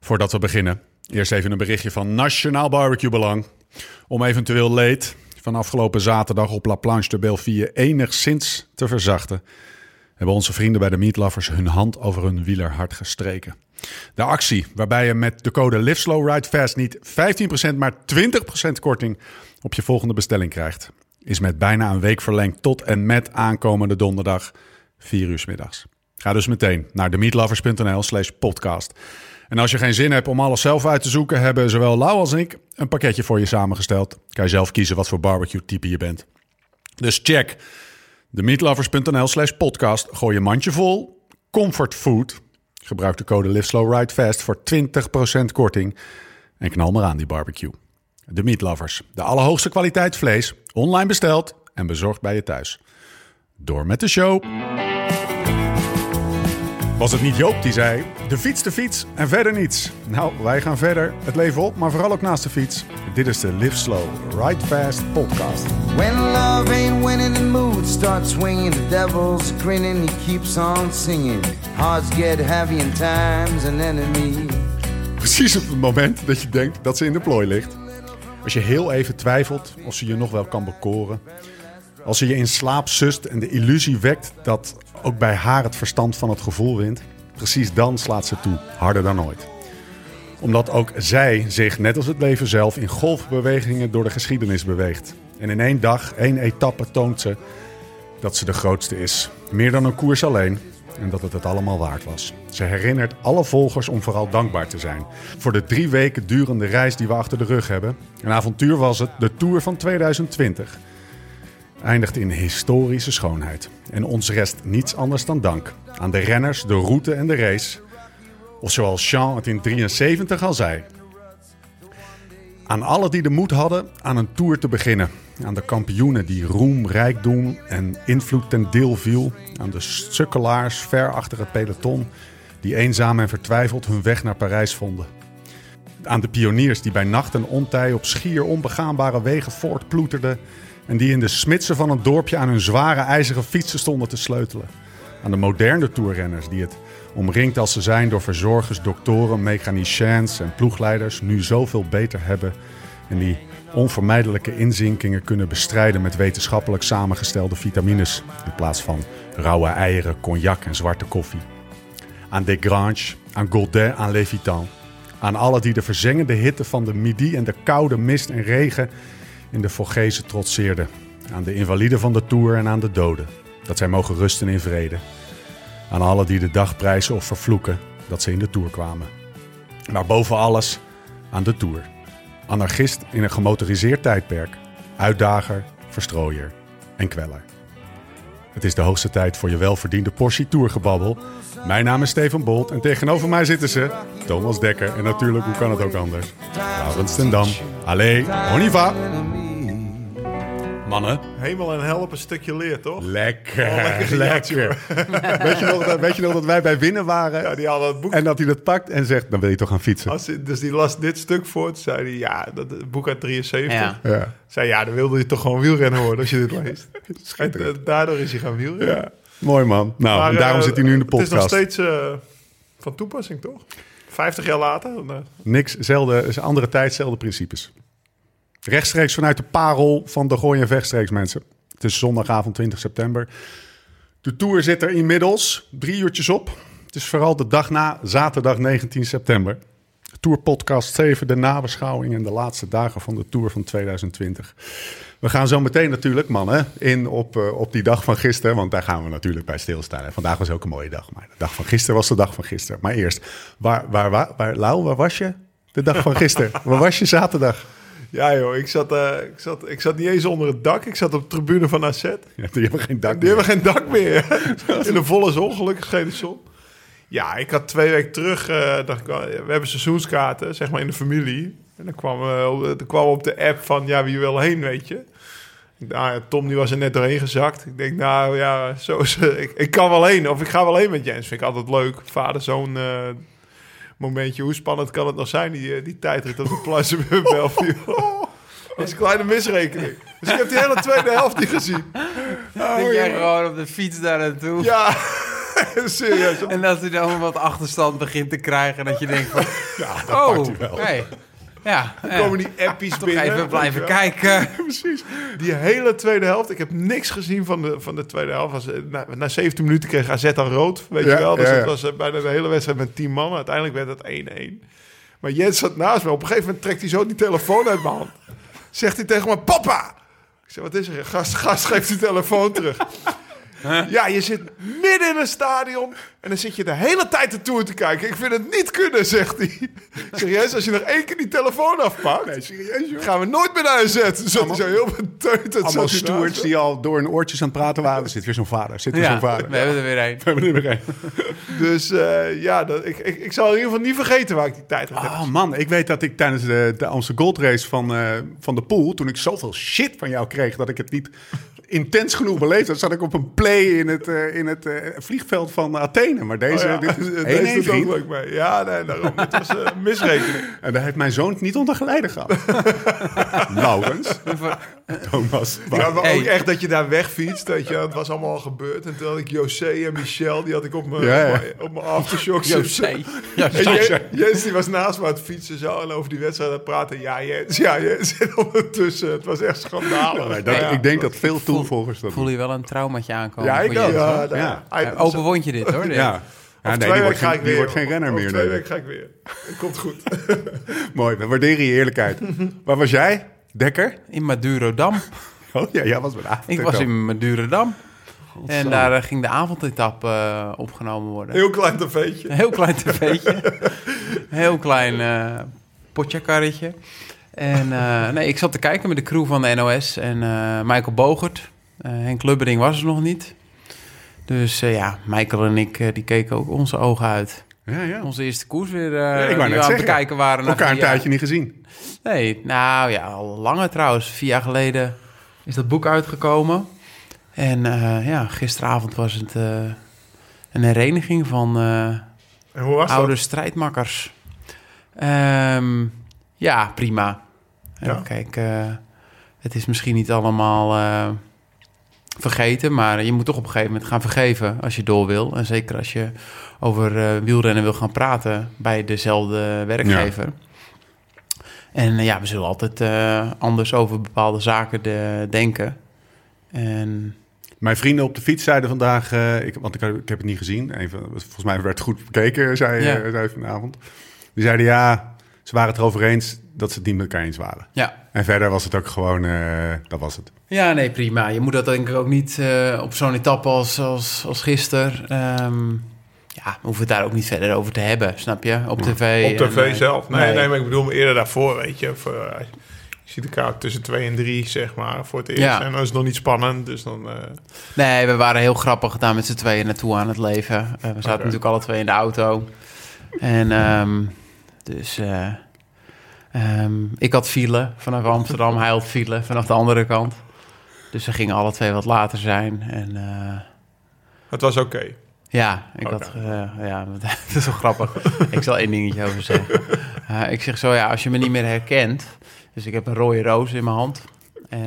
Voordat we beginnen, eerst even een berichtje van Nationaal Barbecue Belang. Om eventueel leed van afgelopen zaterdag op La Planche de Belleville enigszins te verzachten, hebben onze vrienden bij de Meatlovers hun hand over hun wielerhart gestreken. De actie, waarbij je met de code LIVESLOWRIDEFAST niet 15%, maar 20% korting op je volgende bestelling krijgt, is met bijna een week verlengd tot en met aankomende donderdag 4 uur 's middags. Ga dus meteen naar demeatlovers.nl slash podcast. En als je geen zin hebt om alles zelf uit te zoeken, hebben zowel Lau als ik een pakketje voor je samengesteld. Kan je zelf kiezen wat voor barbecue type je bent. Dus check demeatlovers.nl slash podcast. Gooi je mandje vol. Comfort food. Gebruik de code LiveSlowRideFast voor 20% korting. En knal maar aan die barbecue. De Meatlovers. De allerhoogste kwaliteit vlees. Online besteld en bezorgd bij je thuis. Door met de show. Was het niet Joop die zei: de fiets, de fiets en verder niets? Nou, wij gaan verder. Het leven op, maar vooral ook naast de fiets. Dit is de Live Slow, Ride Fast podcast. When love ain't winning, the mood starts swinging. The devil's grinning, he keeps on singing. Hearts get heavy, and time's an enemy. Precies op het moment dat je denkt dat ze in de plooi ligt. Als je heel even twijfelt of ze je nog wel kan bekoren. Als ze je in slaap sust en de illusie wekt dat ook bij haar het verstand van het gevoel wint. Precies dan slaat ze toe, harder dan ooit. Omdat ook zij zich, net als het leven zelf, in golfbewegingen door de geschiedenis beweegt. En in één dag, één etappe toont ze dat ze de grootste is. Meer dan een koers alleen. En dat het het allemaal waard was. Ze herinnert alle volgers om vooral dankbaar te zijn. Voor de drie weken durende reis die we achter de rug hebben. Een avontuur was het, de Tour van 2020. Eindigt in historische schoonheid. En ons rest niets anders dan dank. Aan de renners, de route en de race. Of zoals Jean het in 73 al zei. Aan alle die de moed hadden aan een tour te beginnen. Aan de kampioenen die roem, rijkdom en invloed ten deel viel. Aan de sukkelaars ver achter het peloton die eenzaam en vertwijfeld hun weg naar Parijs vonden. Aan de pioniers die bij nacht en ontij op schier onbegaanbare wegen voortploeterden. En die in de smidse van een dorpje aan hun zware ijzeren fietsen stonden te sleutelen. Aan de moderne toerrenners die het, omringd als ze zijn door verzorgers, doktoren, mechaniciens en ploegleiders, nu zoveel beter hebben. En die onvermijdelijke inzinkingen kunnen bestrijden met wetenschappelijk samengestelde vitamines. In plaats van rauwe eieren, cognac en zwarte koffie aan Desgrange, aan Godet, aan Levitan. Aan alle die de verzengende hitte van de midi en de koude mist en regen in de Vogezen trotseerden. Aan de invaliden van de Tour en aan de doden. Dat zij mogen rusten in vrede. Aan alle die de dag prijzen of vervloeken dat ze in de Tour kwamen. Maar boven alles aan de Tour. Anarchist in een gemotoriseerd tijdperk. Uitdager, verstrooier en kweller. Het is de hoogste tijd voor je welverdiende portie tourgebabbel. Mijn naam is Steven Bolt en tegenover mij zitten ze Thomas Dekker en natuurlijk, hoe kan het ook anders, Laurens ten Dam. Allee, Honiva. Mannen, Hemel en hel op een stukje leer, toch? lekker, Oh, lekker lekker. weet, je nog dat, weet je nog dat wij bij winnen waren Ja, die hadden het boek. en dat hij dat pakt en zegt, dan wil je toch gaan fietsen. Als, dus die las dit stuk voort, zei hij, ja, dat het boek uit 73. Ja. Ja. Zei, ja, dan wilde je toch gewoon wielrennen worden als je dit leest. En, Schitterend. eh, daardoor is hij gaan wielrennen. Ja. Mooi man. Nou, Maar, en daarom eh, zit hij nu in de Het is nog podcast. steeds eh, van toepassing, toch? 50 jaar later. dan, eh, Niks, zelden, is andere tijd, zelfde principes. Rechtstreeks vanuit de parel van de Gooi en Vechtstreeks, mensen. Het is zondagavond 20 september. De Tour zit er inmiddels drie uurtjes op. Het is vooral de dag na, zaterdag 19 september. Tour Podcast 7, de nabeschouwing en de laatste dagen van de Tour van 2020. We gaan zo meteen natuurlijk, mannen, in op, eh, op die dag van gisteren. Want daar gaan we natuurlijk bij stilstaan. En vandaag was ook een mooie dag. Maar de dag van gisteren was de dag van gisteren. Maar eerst, waar, waar, waar, waar, Lau, waar was je de dag van gisteren? waar was je zaterdag? Ja joh, ik zat, eh, ik, zat, ik zat niet eens onder het dak. Ik zat op de tribune van AZ. Ja, die hebben geen dak Die meer. hebben geen dak meer. In de volle zon, gelukkig geen zon. Ja, ik had twee weken terug, eh, dacht ik, wel, we hebben seizoenskaarten, zeg maar in de familie. En dan kwam, eh, op- er kwam op de app van, ja, wie wil heen, weet je. Nou, ja, Tom die was er net doorheen gezakt. Ik denk, nou ja, zo is, ik, ik kan wel heen. Of ik ga wel heen met Jens. Vind ik altijd leuk. Vader, zo'n eh, momentje. Hoe spannend kan het nog zijn, die, eh, die tijdrit op de Place de Bellevue? Dat is een kleine misrekening. Dus ik heb die hele tweede helft niet gezien. Dat jij gewoon op de fiets daar naartoe. Oh, Ja. Serieus. En dat hij dan wat achterstand begint te krijgen. Dat je denkt van, Ja, dat pakt oh, hij wel. hey. Ja, Dan komen ja. die appies Toch binnen. even blijven Ja, kijken. Precies. Die hele tweede helft. Ik heb niks gezien van de, van de tweede helft. Was, eh, na, na 17 minuten kreeg AZ dan rood. Weet Ja, je wel. Dus ja, ja. het was eh, bijna de hele wedstrijd met 10 man. Uiteindelijk werd het 1-1. Maar Jens zat naast me. Op een gegeven moment trekt hij zo die telefoon uit mijn hand. Zegt hij tegen me, papa! Ik zeg, wat is er? Gast, gast geeft die telefoon terug. Ja, je zit midden in een stadion en dan zit je de hele tijd de tour te kijken. Ik vind het niet kunnen, zegt hij. Serieus, als je nog één keer die telefoon afpakt, Nee, serieus, joh. gaan we nooit meer naar huis zetten. Zat hij zo heel beteuterd. zat Allemaal hij stewards naast me. die al door hun oortjes aan het praten waren. Er zit weer zo'n vader, zit weer Ja, zo'n vader. we hebben er weer een. We hebben er weer een. Dus eh, ja, dat, ik, ik, ik zal in ieder geval niet vergeten waar ik die tijd had. Oh man, ik weet dat ik tijdens de, de Amsterdam Gold Race van, eh, van de pool... toen ik zoveel shit van jou kreeg dat ik het niet intens genoeg beleefd had... zat ik op een play in het, eh, in het eh, vliegveld van Athene. Maar deze, Oh ja, dit is daar één is het ook vriend. leuk mee. Ja, nee, daarom. Het was eh, een misrekening. En daar heeft mijn zoon het niet onder geleiden gehad. Laurens, Thomas. Ja, maar ook Hey. echt dat je daar wegfietst. Dat je, het was allemaal al gebeurd. En toen had ik José en Michel, die had ik op mijn Ja, ja. op mijn- op mijn aftershocks. José. En Je- Jens die was naast me aan het fietsen zo en over die wedstrijd aan het praten. Ja, Jens, ja, Jens. En ondertussen, het was echt schandalig. Maar dat, Ja. ik denk dat veel toevolgers dat Voel doen. je wel een traumaatje aankomen? Ja, ik voor ook. Jens, hoor. Ja, daar- Ja. Hij- Ja, Open wondje dit, hoor. dit. Ja. Ja, nee, Over twee die weken wordt, ga geen- ik die weer. wordt geen renner Over meer. twee nee. weken ga ik weer. Het komt goed. Mooi, we waarderen je eerlijkheid. Waar was jij? Dekker? In Madurodam. Oh ja, jij was bij de avond. Ik was in Madurodam. En daar eh, ging de avondetap eh, opgenomen worden. Heel klein tafeetje. Een heel klein tv'tje. Een heel klein eh potjakarretje. En eh, nee, ik zat te kijken met de crew van de NOS en eh, Michael Bogert. Eh Henk Lubbering was er nog niet. Dus eh, ja, Michael en ik eh, die keken ook onze ogen uit. Ja, ja. Onze eerste koers weer eh ik wou die we net aan het zeggen. bekijken waren. na Elkaar een vier jaar. tijdje niet gezien. Nee, nou ja, al langer trouwens. Vier jaar geleden is dat boek uitgekomen. En eh, ja, gisteravond was het eh, een hereniging van... eh, En hoe was dat? Oude strijdmakkers. Ehm, ja, prima. Ja. En Kijk, eh, het is misschien niet allemaal eh, vergeten, maar je moet toch op een gegeven moment gaan vergeven als je door wil. En zeker als je over eh, wielrennen wil gaan praten bij dezelfde werkgever. En eh, ja, we zullen altijd eh, anders over bepaalde zaken de- denken. En Mijn vrienden op de fiets zeiden vandaag, eh, ik, want ik, ik heb het niet gezien. Een van- volgens mij werd het goed bekeken, zei, Ja. eh, zei vanavond. Die zeiden ja, ze waren het erover eens dat ze het niet met elkaar eens waren. ja, En verder was het ook gewoon, eh, dat was het. Ja, nee, prima. Je moet dat denk ik ook niet eh, op zo'n etappe als, als, als gisteren. ehm, ja, we hoeven het daar ook niet verder over te hebben, snap je? Op tv. Op en, tv eh, zelf. Nee, nee. maar ik bedoel me eerder daarvoor, weet je. Of, eh, je ziet elkaar tussen twee en drie, zeg maar, voor het eerst. Ja. En dan is het nog niet spannend, dus dan... eh, Nee, we waren heel grappig daar met z'n tweeën naartoe aan het leven. Eh, we zaten natuurlijk alle twee in de auto. En ehm, dus eh, ehm, ik had file vanaf Amsterdam, hij had file vanaf de andere kant. Dus we gingen alle twee wat later zijn. En eh, het was oké. Ja, ik Oké. had, eh, ja, dat is wel grappig. ik zal één dingetje over zeggen. Eh, ik zeg zo, ja, als je me niet meer herkent... Dus ik heb een rode roos in mijn hand. En,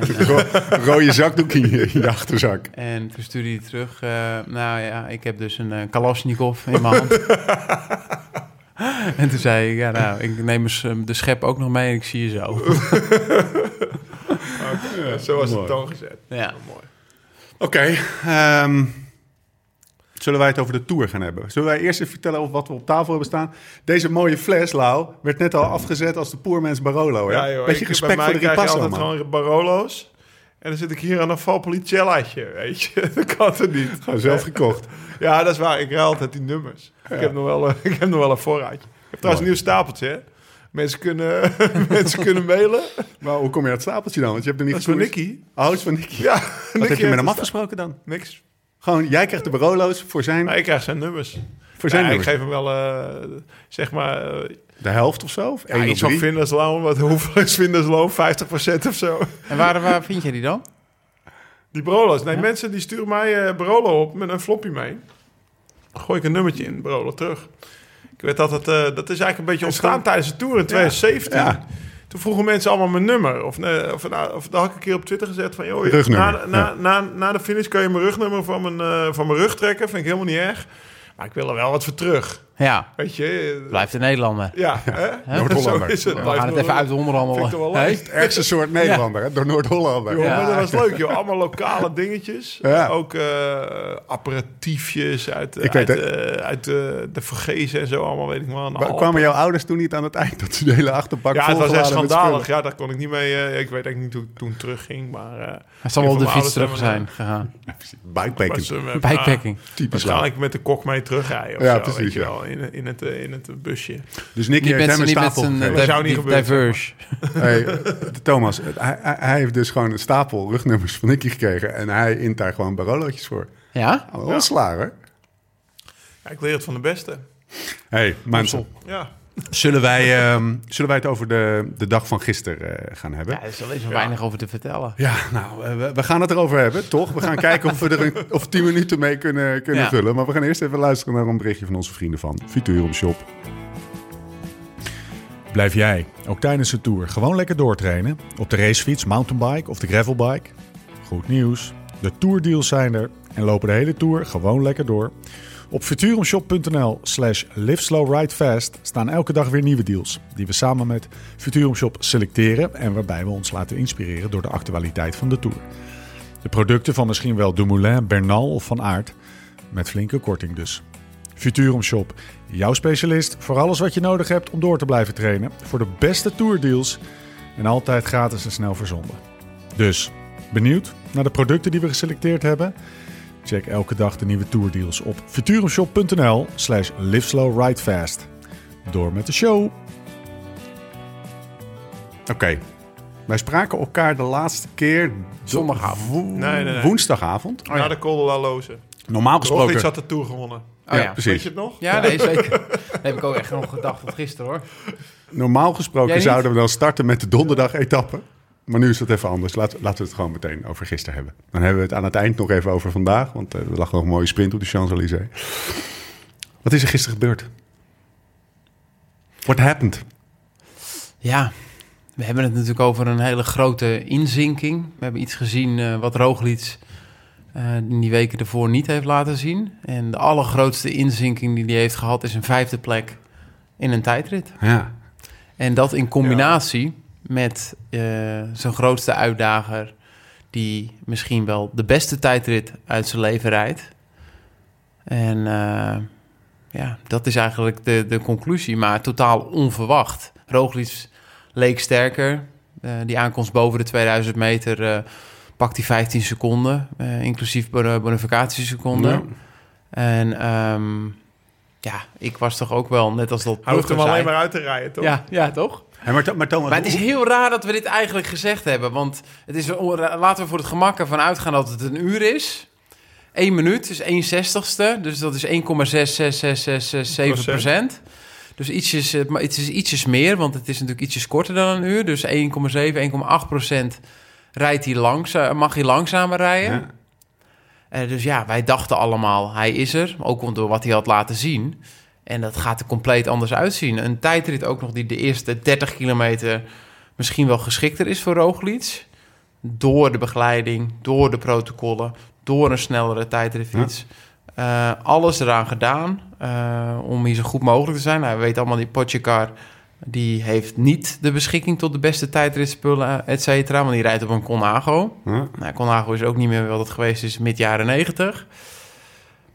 eh, Ro rode zakdoek in je, in je achterzak. en toen stuurde hij terug... eh, nou ja, ik heb dus een eh, Kalashnikov in mijn hand. en toen zei ik, ja, nou, ik neem eens, eh, de schep ook nog mee en ik zie je zo. Ja, zo was mooi. het dan gezet. ja. Mooi. Oké, ehm, zullen wij het over de Tour gaan hebben? Zullen wij eerst even vertellen over wat we op tafel hebben staan? Deze mooie fles, Lau, werd net al afgezet als de Poermens Barolo. Hè? Ja, joh, Beetje ik- respect bij voor de mij krijg je ripasso, altijd man. gewoon Barolo's. En dan zit ik hier aan een Valpolicellaatje, weet je. Dat kan toch niet? Gewoon zelf gekocht. Ja, dat is waar. Ik ruil altijd die nummers. Ik, heb nog wel, een- ik heb nog wel een voorraadje. Ik heb trouwens een nieuw stapeltje, hè. Mensen kunnen, mensen kunnen mailen. Maar hoe kom je aan het stapeltje dan? Want je hebt er niet Dat is van gekoerst. Nicky. Oh, het is van Nicky. Ja, Wat heb je met hem afgesproken? afgesproken dan? Niks. Gewoon, jij krijgt de Barolo's voor zijn, Maar ik krijg zijn nummers. voor zijn Ja, ik nummer. geef hem wel, eh, zeg maar, eh, De helft of zo? Of ja, één op iets van drie? Vindersloon. Wat, hoeveel is Vindersloon? 50% of zo. En waar, waar vind je die dan? Die Brolo's. Nee, mensen die sturen mij eh Brolo op met een floppy mee. Gooi ik een nummertje in Brolo terug. Ik weet dat het, eh, dat is eigenlijk een beetje ontstaan tijdens de Tour in 2017. Ja. Toen Toen vroegen mensen allemaal mijn nummer. Of, nee, of, nou, of dat had ik een keer op Twitter gezet van... Joh, Rugnummer, na, na, ja. na, na de finish kan je mijn rugnummer van mijn, eh, van mijn rug trekken. Vind ik helemaal niet erg. Maar ik wil er wel wat voor terug. Ja, Weet je? eh, blijft een Nederlander. Ja, hè? Noord-Hollander. Zo is het. We gaan het even uit de Vind ik toch onderhandelen. wel leuk. Hey? Het ergste soort Nederlander, hè? door Noord-Hollander. Joh, Ja. maar dat was leuk, joh. Allemaal lokale dingetjes. Ja. Ook eh, apparatiefjes uit, Ik uit, weet het. eh, uit eh, de vergezen en zo allemaal, weet ik wel. Maar kwamen jouw ouders toen niet aan het eind dat ze de hele achterpak Oh. ja, het was echt volgeladen met schandalig. Ja, daar kon ik niet mee. eh, ik weet eigenlijk niet hoe ik toen terugging, maar... eh, Hij zal wel op de fiets terug Mijn zijn ouders gegaan. spullen? Bikepacking. eh, was, eh, met- Bikepacking. ah, Typisch waarschijnlijk met de kok mee terugrijden of Ja, zo, precies, weet je ja. wel, in, in, het, eh, in het busje. Dus Nicky Niet heeft met, hem een niet met stapel zijn gegeven. Dat zou eh, niet di- gebeuren, diverse. Hey, eh, Thomas, eh, hij, hij- hij heeft dus gewoon een stapel rugnummers van Nicky gekregen. En hij int daar gewoon barolootjes voor. Ja? Nou, Wel slaar, hè? Ja, ik leer het van de beste. hey, mensen. Ja. Zullen wij, ehm, zullen wij het over de, de dag van gisteren eh, gaan hebben? Ja, er is alleen zo weinig over te vertellen. Ja, nou, eh, we, we gaan het erover hebben, toch? We gaan kijken of we er een, of tien minuten mee kunnen, kunnen Ja. vullen. Maar we gaan eerst even luisteren naar een berichtje van onze vrienden van Futurum Shop. Blijf jij, ook tijdens de tour, gewoon lekker doortrainen? Op de racefiets, mountainbike of de gravelbike? Goed nieuws, de tourdeals zijn er en lopen de hele tour gewoon lekker door. Op futurumshop.nl slash live slow ride fast staan elke dag weer nieuwe deals... die we samen met Futurum Shop selecteren... en waarbij we ons laten inspireren door de actualiteit van de tour. De producten van misschien wel Dumoulin, Bernal of Van Aert... met flinke korting dus. Futurum Shop, jouw specialist voor alles wat je nodig hebt om door te blijven trainen... voor de beste tourdeals en altijd gratis en snel verzonden. Dus, benieuwd naar de producten die we geselecteerd hebben... Check elke dag de nieuwe tourdeals op futurumshop.nl slash liveslowridefast. Door met de show! Oké, wij spraken elkaar de laatste keer Zondagavond. wo- Nee, nee, nee. woensdagavond. Na de Colderloze. Normaal Roglic gesproken... had de Tour gewonnen. Oh, ja. Ja, Weet precies. je het nog? Ja, nee, zeker. Daar heb ik ook echt nog gedacht tot gisteren, hoor. Normaal Jij gesproken niet? zouden we dan starten met de donderdag-etappe. Maar nu is dat even anders. Laten, laten we het gewoon meteen over gisteren hebben. Dan hebben we het aan het eind nog even over vandaag. Want eh, er lag nog een mooie sprint op de Champs-Élysées. Wat is er gisteren gebeurd? What happened? Ja, we hebben het natuurlijk over een hele grote inzinking. We hebben iets gezien eh, wat Roglic eh, in die weken ervoor niet heeft laten zien. En de allergrootste inzinking die hij heeft gehad is een vijfde plek in een tijdrit. Ja. En dat in combinatie met eh, zijn grootste uitdager... die misschien wel de beste tijdrit uit zijn leven rijdt. En eh, ja, dat is eigenlijk de, de conclusie, maar totaal onverwacht. Roglic leek sterker. Eh, die aankomst boven de 2000 meter eh, pakt hij 15 seconden... eh, inclusief bon- bonificatieseconden. Ja. En ehm, ja, ik was toch ook wel, net als dat... Hij hoeft hem Brugge zei- alleen maar uit te rijden, toch? ja, ja, toch? En maar, Tho- maar Thomas, Maar het is heel raar dat we dit eigenlijk gezegd hebben. Want het is, laten we voor het gemak ervan uitgaan dat het een uur is. 1 minuut is 1 zestigste. Dus dat is 1,66667 procent. Dus ietsjes, eh, maar het is ietsjes meer, want het is natuurlijk ietsjes korter dan een uur. Dus 1,7, 1,8 procent rijdt hij langza- mag hij langzamer rijden. Ja. Eh, dus ja, wij dachten allemaal, hij is er. Ook door wat hij had laten zien. En dat gaat er compleet anders uitzien. Een tijdrit ook nog die de eerste 30 kilometer misschien wel geschikter is voor Roglic. Door de begeleiding, door de protocollen, door een snellere tijdritfiets. Eh, alles eraan gedaan eh, om hier zo goed mogelijk te zijn. Nou, we weten allemaal, die Potjekar die heeft niet de beschikking tot de beste tijdritspullen, et cetera. Want die rijdt op een Conago. Ja. Nou, Conago is ook niet meer wat het geweest is mid jaren 90.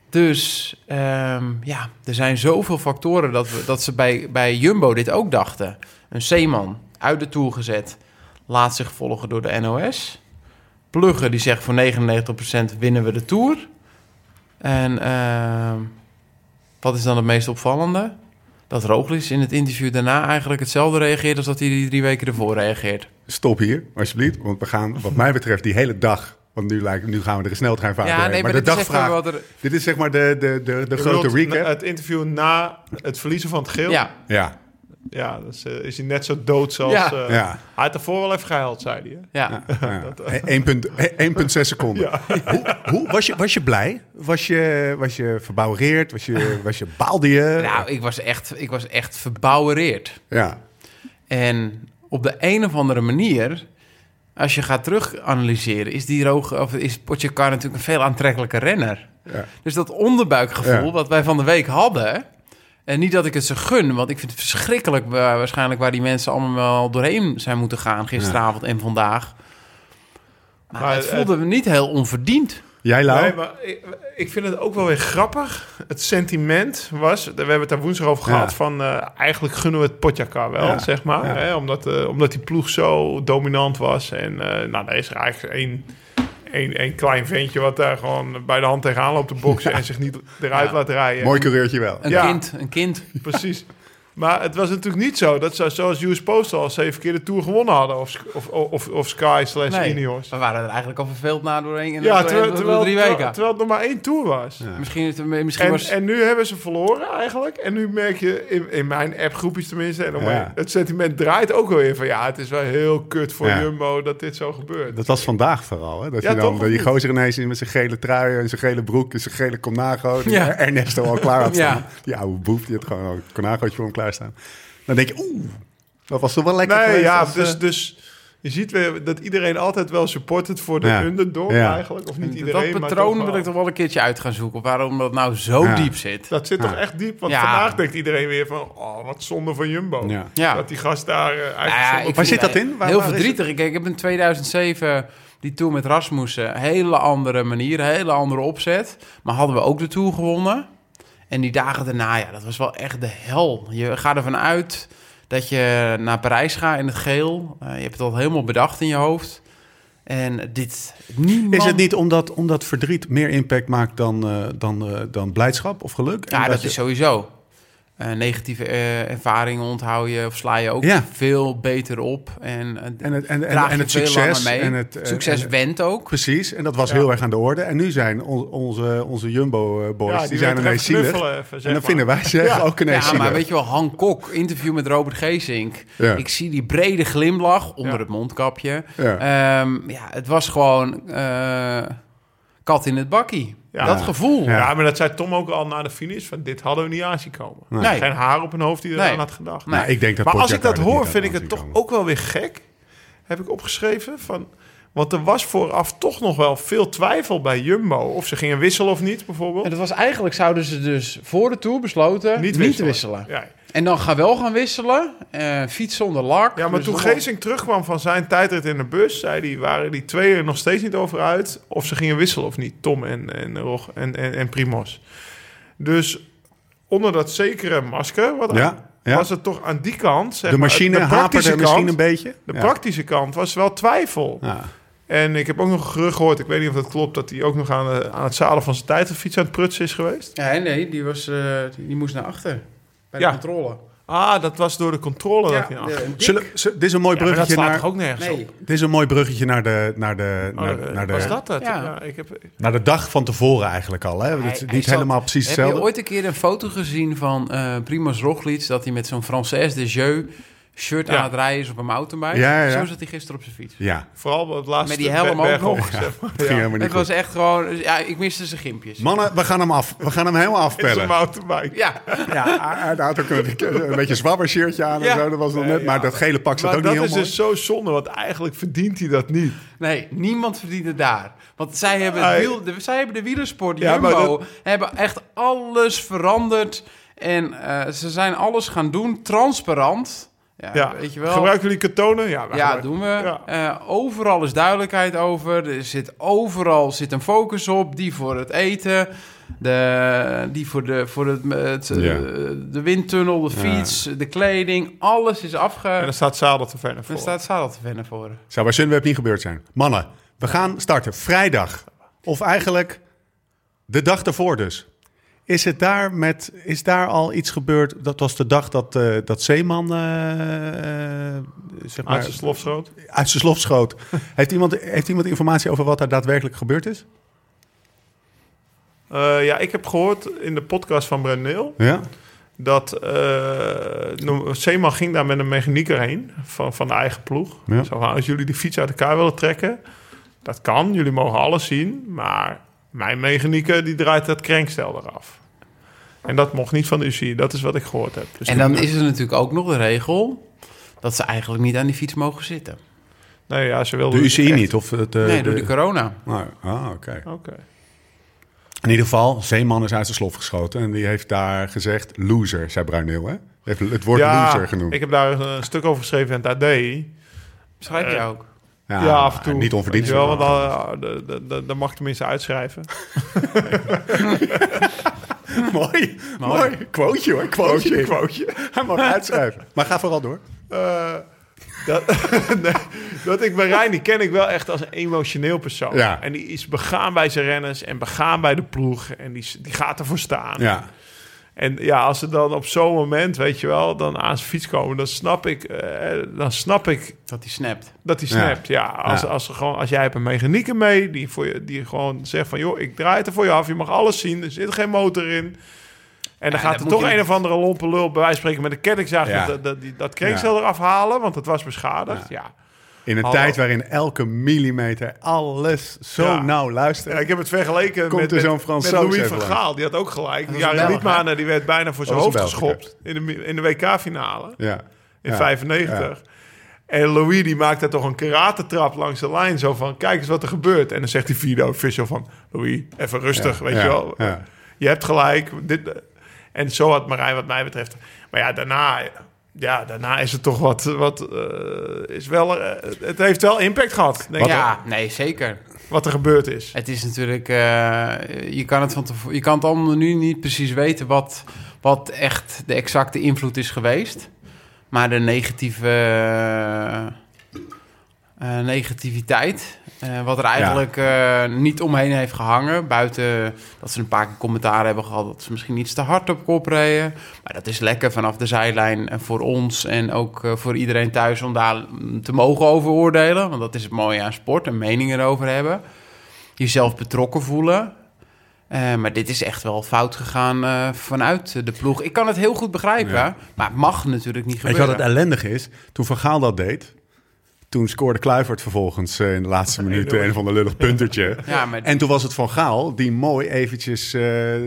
Dus ehm, ja, er zijn zoveel factoren dat, we, dat ze bij, bij Jumbo dit ook dachten. Een zeeman uit de Tour gezet, laat zich volgen door de NOS. Plugger die zegt voor 99% winnen we de Tour. En ehm, wat is dan het meest opvallende? Dat Roglic in het interview daarna eigenlijk hetzelfde reageert als dat hij die drie weken ervoor reageert. Stop hier, alsjeblieft. Want we gaan, wat mij betreft, die hele dag... Want nu, lijkt, nu gaan we de sneltrein vaart doorheen, maar, de dit is echt dagvraag... wel wat er... Dit is zeg maar de, de, de, de Je grote bedoelt recap. na- Het interview na het verliezen van het geel. Ja, ja, Ja, dus, eh, is hij net zo dood zoals... Ja. eh, ja. Hij had ervoor wel even gehuild, zei hij. hè? ja. Ja, 1,6 seconden. Hoe, hoe, was, je, was je blij? Was je, was je verbouwereerd? Was je, was je, baalde je? Nou, ik was echt, ik was echt verbouwereerd. ja. En op de een of andere manier, als je gaat terug analyseren, is die roge, of is Pogacar natuurlijk een veel aantrekkelijke renner. Ja. Dus dat onderbuikgevoel Ja. wat wij van de week hadden. En niet dat ik het ze gun, want ik vind het verschrikkelijk wa- waarschijnlijk waar die mensen allemaal wel doorheen zijn moeten gaan gisteravond en vandaag. Maar, Maar, het eh, voelde me niet heel onverdiend. Jij, Lau? Nee, maar ik, ik vind het ook wel weer grappig. Het sentiment was, we hebben het daar woensdag over Ja. gehad, van eh, eigenlijk gunnen we het Potjakar wel, Ja, zeg maar. ja. Hè, omdat, eh, omdat die ploeg zo dominant was. En eh, nou, er is er eigenlijk één, één, één klein ventje wat daar gewoon bij de hand tegenaan loopt te boksen en zich niet eruit Ja. laat rijden. Mooi coureurtje wel. Een Ja. kind, een kind. Precies. Maar het was natuurlijk niet zo dat ze, zoals US Postal al zeven keer de Tour gewonnen hadden. Of, of, of, of Sky slash Nee, Ineos. we waren er eigenlijk al verveeld na doorheen. En Ja, doorheen terwijl, door de terwijl, drie terwijl- weken. terwijl het nog maar één Tour was. Misschien, het- misschien En, was... en nu hebben ze verloren eigenlijk. En nu merk je, in, in mijn appgroepjes tenminste, en om Ja. mij- het sentiment draait ook wel weer van... ja, het is wel heel kut voor Ja. Jumbo dat dit zo gebeurt. Dat was vandaag vooral, hè? Dat Ja, je dan toch, of die niet? gozer ineens met zijn gele trui en zijn gele broek en zijn gele Conago. Die Ja. Ernesto al klaar had staan. Ja. Die oude boef, die had gewoon al een Conagootje voor hem klaarstaan. Dan denk je, oeh, dat was toch wel lekker nee, geweest ja, als, dus, eh, dus je ziet weer dat iedereen altijd wel supported voor de Ja. underdog Ja. eigenlijk. Of niet iedereen, dat maar patroon toch wil wel. ik toch wel een keertje uit gaan zoeken. Waarom dat nou zo Ja. diep zit. Dat zit Ja. toch echt diep? Want Ja. vandaag denkt iedereen weer van... oh, wat zonde van Jumbo. Ja. Ja. Dat die gast daar eh, eigenlijk... Nou ja, zonder- ik Waar vind zit dat het in? Waar- heel waar is verdrietig. Ik, ik heb in 2007 die Tour met Rasmussen. Hele andere manier, hele andere opzet. Maar hadden we ook de Tour gewonnen. En die dagen daarna, ja, dat was wel echt de hel. Je gaat ervan uit dat je naar Parijs gaat in het geel. Eh, je hebt het al helemaal bedacht in je hoofd. En dit... Niemand... eh, Is het niet omdat, omdat verdriet meer impact maakt dan, eh, dan, eh, dan blijdschap of geluk? En Ja, dat je- is sowieso. Eh, negatieve eh, ervaringen onthoud je of sla je ook Ja. veel beter op. En, eh, En het, en, en, draag en je het veel succes. langer mee. En het, eh, succes en- went ook. Precies, en dat was Ja. heel erg aan de orde. En nu zijn on- onze, onze Jumbo-boys, Ja, die, die zijn weten ineens even zielig. knuffelen even, zeg en dan maar. vinden wij ze ook ineens Ja, zielig. maar weet je wel, Han Kok, interview met Robert Geesink. Ja. Ik zie die brede glimlach onder Ja. het mondkapje. Ja. Ehm, ja, het was gewoon eh, kat in het bakkie. Ja. Dat gevoel. Ja. Ja. maar dat zei Tom ook al na de finish. Van dit hadden we niet aan zien komen. Nee. Geen haar op hun hoofd die eraan Nee. had gedacht. Nou, ik denk dat maar als ik Pogacar dat niet hoor, had vind ik laten het toch komen. ook wel weer gek. Heb ik opgeschreven. Van, want er was vooraf toch nog wel veel twijfel bij Jumbo. Of ze gingen wisselen of niet, bijvoorbeeld. En dat was eigenlijk, zouden ze dus voor de Tour besloten niet, wisselen. Ja, En dan gaan wel gaan wisselen. eh fiets zonder lak. ja maar Dus toen nog wel- Geesink terugkwam van zijn tijdrit in de bus... Zei die, waren die twee er nog steeds niet over uit... of ze gingen wisselen of niet. Tom en, en, Rog- en, en, en Primos. Dus onder dat zekere masker... Wat Ja, ja. was het toch aan die kant... Zeg de maar, machine praktische haperde misschien kant- een beetje. De Ja. praktische kant was wel twijfel. Ja. En ik heb ook nog een gerucht gehoord, ik weet niet of dat klopt... dat hij ook nog aan, eh, aan het zadel van zijn tijdritfiets aan het prutsen is geweest. Ja, nee, die, was, eh, die, die moest naar achter. Bij de Ja. controle. Oh, Ah, dat was door de controle dat hij de- aan- Ja, een dik- Zullen, Oh, z- dit is een mooi maar dat bruggetje slaat naar... toch ook nergens Nee. op? Dit is een mooi bruggetje naar de, naar de, Oh, naar, eh, naar was de, dat het? Ja. Ja. ik heb, naar de dag van tevoren eigenlijk al. Hè? Het is Hij- hij niet zat- helemaal precies Heb je hetzelfde. ooit een keer een foto gezien van eh Primoz Roglic... dat hij met zo'n Française de Jeu shirt Ja. aan het rijden is op een mountainbike? Ja, ja, ja. Zo zat hij gisteren op zijn fiets. Ja, vooral op het laatste Met die helm ber- berg ook op, nog. zeg maar. het ging helemaal niet Het was goed. echt gewoon... Ja, ik miste zijn gimpjes. Mannen, we gaan hem af. We gaan hem helemaal Het is een afpellen. mountainbike. Ja, Ja, hij had ook een, een beetje zwabber shirtje aan en Ja. zo. Dat was nog net, maar dat gele pak zat Maar ook niet dat heel is mooi. dus zo zonde, want eigenlijk verdient hij dat niet. nee, niemand verdiende daar. Want zij hebben, het Hij- wiel, de, zij hebben de wielersport, Ja, Jumbo, maar dat- hebben echt alles veranderd. En eh, ze zijn alles gaan doen, transparant. Ja, Ja. weet je wel. Gebruiken jullie katonen? Ja, wij Ja, gebruiken- doen we. Ja. Eh, overal is duidelijkheid over. Er zit overal zit een focus op. Die voor het eten, de, die voor, de, voor het, het, Ja. eh, de windtunnel, de fiets, de kleding. Alles is En dan afge... staat zadel te ver naar Er voren. staat zadel te vennen voor. Zou bij Sunweb niet gebeurd zijn. Mannen, we gaan starten. Vrijdag. Of eigenlijk de dag ervoor dus. Is, het daar met, is daar al iets gebeurd? Dat was de dag dat, eh, dat Zeeman eh, eh, zeg maar, Uit zijn slofschoot. uit zijn slof schoot. heeft, iemand, heeft iemand informatie over wat daar daadwerkelijk gebeurd is? Eh, ja, ik heb gehoord in de podcast van Brent Neel... Ja? dat eh, no- Zeeman ging daar met een mechanieker heen van, van de eigen ploeg. Ja. Zo van, als jullie die fiets uit elkaar willen trekken, dat kan. Jullie mogen alles zien, maar mijn mechanieker die draait dat krenkstel eraf. En dat mocht niet van de UCI, dat is wat ik gehoord heb. Dus En dan is er natuurlijk ook nog de regel dat ze eigenlijk niet aan die fiets mogen zitten. Nee, ja, ze wilde De dus UCI echt- niet? Of het, eh, nee, door de- de corona. Nou, ah, oké. Oké. In ieder geval, Zeeman is uit zijn slof geschoten. En die heeft daar gezegd, loser, zei Bruineel. Hè? Heeft het woord loser genoemd. ik heb daar een stuk over geschreven in het AD. Schrijf Eh. je ook. ja, Ja, af en toe. Niet onverdiend. Weet je wel, zo. want dan, ja, de- de- de- dan mag ik tenminste uitschrijven. mooi, mooi. Quoteje hoor, quoteje. Hij mag uitschrijven. Maar ga vooral door. Eh, dat, nee, dat ik Marijn, die ken ik wel echt als een emotioneel persoon. Ja. En die is begaan bij zijn renners en begaan bij de ploeg. En die, die gaat ervoor staan. Ja, En ja, als ze dan op zo'n moment, weet je wel, dan aan zijn fiets komen, dan snap ik, eh, dan snap ik Dat hij snapt. dat hij Ja. snapt. Ja, als, Ja. Als, er gewoon, als jij hebt een mechanieker mee die, voor je, die gewoon zegt van... joh, ik draai het er voor je af, je mag alles zien, er zit geen motor in. En dan Ja, gaat dat er moet toch je- een of andere lompe lul... bij wijze van spreken met een kettingzaag Ja. dat, dat, die- dat kreeksel eraf halen... want het was beschadigd, ja. in een Hallo. tijd waarin elke millimeter alles zo Ja. nauw Ja, luistert. ik heb het vergeleken Komt met, er met, zo'n Fransoos met Louis even van langs? Gaal. Die had ook gelijk. was een Jaren Belg, hè? Liedmanen die werd bijna voor zijn was een hoofd Belg, ja. geschopt... in de, in de WK-finale Ja. in Ja. 95. En Louis die maakt daar toch een karatentrap langs de lijn. Zo van, kijk eens wat er gebeurt. En dan zegt die video official van... Louis, even rustig, Ja, weet ja, je wel. ja. Je hebt gelijk. Dit, eh. en zo had Marijn wat mij betreft... Maar ja, daarna... Ja, daarna is het toch wat... wat eh, is wel, eh, het heeft wel impact gehad, denk ik, ja, nee, zeker. wat er gebeurd is. Het is natuurlijk, eh, je, kan het van tevo- je kan het allemaal nu niet precies weten wat, wat echt de exacte invloed is geweest. Maar de negatieve eh, eh, negativiteit, eh, wat er eigenlijk eh, niet omheen heeft gehangen. Buiten dat ze een paar keer commentaar hebben gehad dat ze misschien iets te hard op kop reden. Maar dat is lekker vanaf de zijlijn eh, voor ons en ook eh, voor iedereen thuis om daar mm, te mogen over oordelen. Want dat is het mooie aan sport, een mening erover hebben jezelf betrokken voelen. Eh, maar dit is echt wel fout gegaan eh, vanuit de ploeg. Ik kan het heel goed begrijpen, Ja. maar het mag natuurlijk niet Weet je gebeuren. wat het ellendig is? Toen Van Gaal dat deed, toen scoorde Kluivert vervolgens eh, in de laatste minuut een van de lullig puntertje. Ja, maar- En toen was het Van Gaal die mooi eventjes, eh,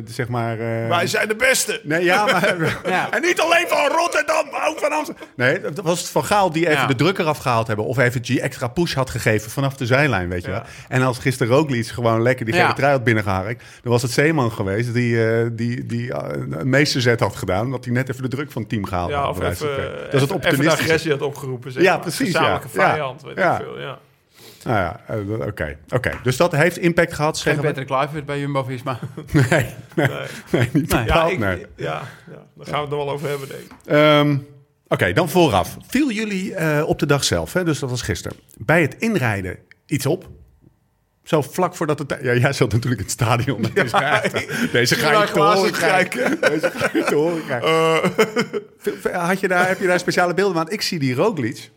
zeg maar... eh, Wij zijn de beste. Nee, ja, maar... Ja. En niet alleen van Rotterdam, maar ook van Amsterdam. Nee, dat was het Van Gaal die even Ja. de druk eraf gehaald hebben. Of even die extra push had gegeven vanaf de zijlijn, weet je Ja. wel. En als gisteren Roglic gewoon lekker die gele Ja. trui had binnengeharkt... dan was het Zeeman geweest die, eh, die, die eh, een meesterzet had gedaan... omdat hij net even de druk van het team gehaald Ja, had. of bij wijze even, eh, van spreken. dat is het even- even de optimistische. agressie had opgeroepen. Zeg Ja, maar. precies, Gezamenlijke ja. vijand, Ja. weet Ja. ik veel. Ja. Nou ja, eh, oké. oké. Dus dat heeft impact gehad. Geen Zeggen we- Patrick Kluivert bij Jumbo-Visma. Nee, nee, Nee. nee, niet Nee. bepaald, Ja, ik, nee. ja, ja, daar gaan we het nog wel over hebben, denk ik. Ehm, Oké, dan vooraf. Viel jullie eh, op de dag zelf, hè? dus dat was gisteren, bij het inrijden iets op? Zo vlak voordat het... Ja, jij zat natuurlijk in het stadion. met Deze ga je, deze ga je maar te glazen Eh. horen krijgen. Deze ga je te horen krijgen. Veel- Had je daar, heb je daar speciale beelden van? Want Ik zie die Roglic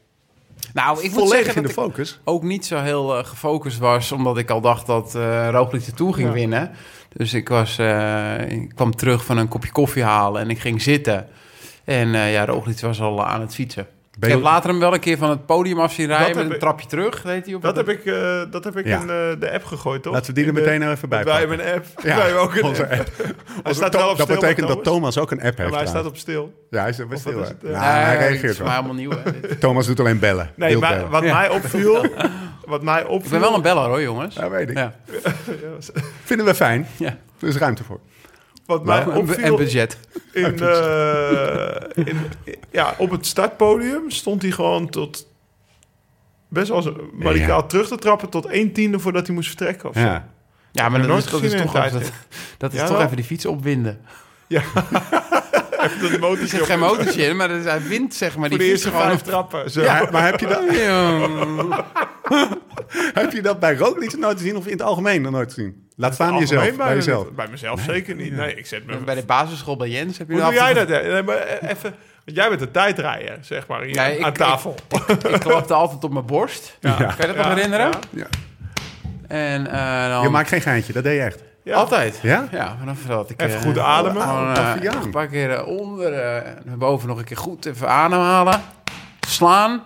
nou, ik moet volledig zeggen in de dat ik focus. ook niet zo heel eh, gefocust was, omdat ik al dacht dat eh Roglic de Tour ging Ja. winnen. Dus ik, was, eh, ik kwam terug van een kopje koffie halen en ik ging zitten. En eh, ja, Roglic was al eh, aan het fietsen. Ben ik je- heb later hem wel een keer van het podium af zien rijden Dat met heb een ik- trapje terug, deed hij op Dat het- heb ik, eh, dat heb ik Ja. in eh, de app gegooid, toch? Laten we die er In de- meteen nou even bij want Wij pakken. hebben een app. Wij hebben ook een app. onze app. Hij staat wel op dat stil, betekent Thomas. dat Thomas ook een app Maar heeft. hij staat trouwens. op stil. Ja, hij is best wat stil. is hè? het, eh? Ja, Ja, hij dit reageert is maar wel. helemaal nieuw. Hè. Dit- Thomas doet alleen bellen. Nee, maar wat mij opviel... Wat mij opviel... Ik ben wel een beller hoor, jongens. Ja, weet ik. Ja. Vinden we fijn. ja. Er is ruimte voor. Wat mij En bu- en opviel budget. in, eh, in, ja, op het startpodium stond hij gewoon tot... Best wel zo- radicaal terug te trappen tot 1 tiende voordat hij moest vertrekken. Of zo. Ja. Ja, maar heb dat nooit is, dat gezien is in toch, een dat, tijd. dat is Ja, toch wel. even die fiets opwinden. Dat de motor Er zit geen motortje in, maar er is- hij wint zeg maar Voor die de fiets eerste gewoon. vijf trappen. Zo. Ja, maar heb je, dat, Ja. heb je dat bij Roglic nooit gezien of in het algemeen nog nooit gezien? Laat staan Algemeen jezelf, bij me- jezelf. Bij mezelf zeker niet. Nee, ik zet me... Bij de basisschool bij Jens heb je Hoe af doe en jij toe- dat? hè? Nee, maar even... Want jij bent een tijdrijder, zeg maar, hier Ja, ik- aan ik- tafel. Ik klapte altijd op mijn borst. Ja. Kan je dat nog herinneren? ja. Ja. En eh, dan... Je maakt geen geintje, dat deed je echt. Ja. Altijd. Ja? Ja, vanaf dat ik... Even eh, goed ademen. Gewoon eh, Tafiaan. een paar keer eh, onder, eh, naar boven nog een keer goed even ademhalen. Slaan.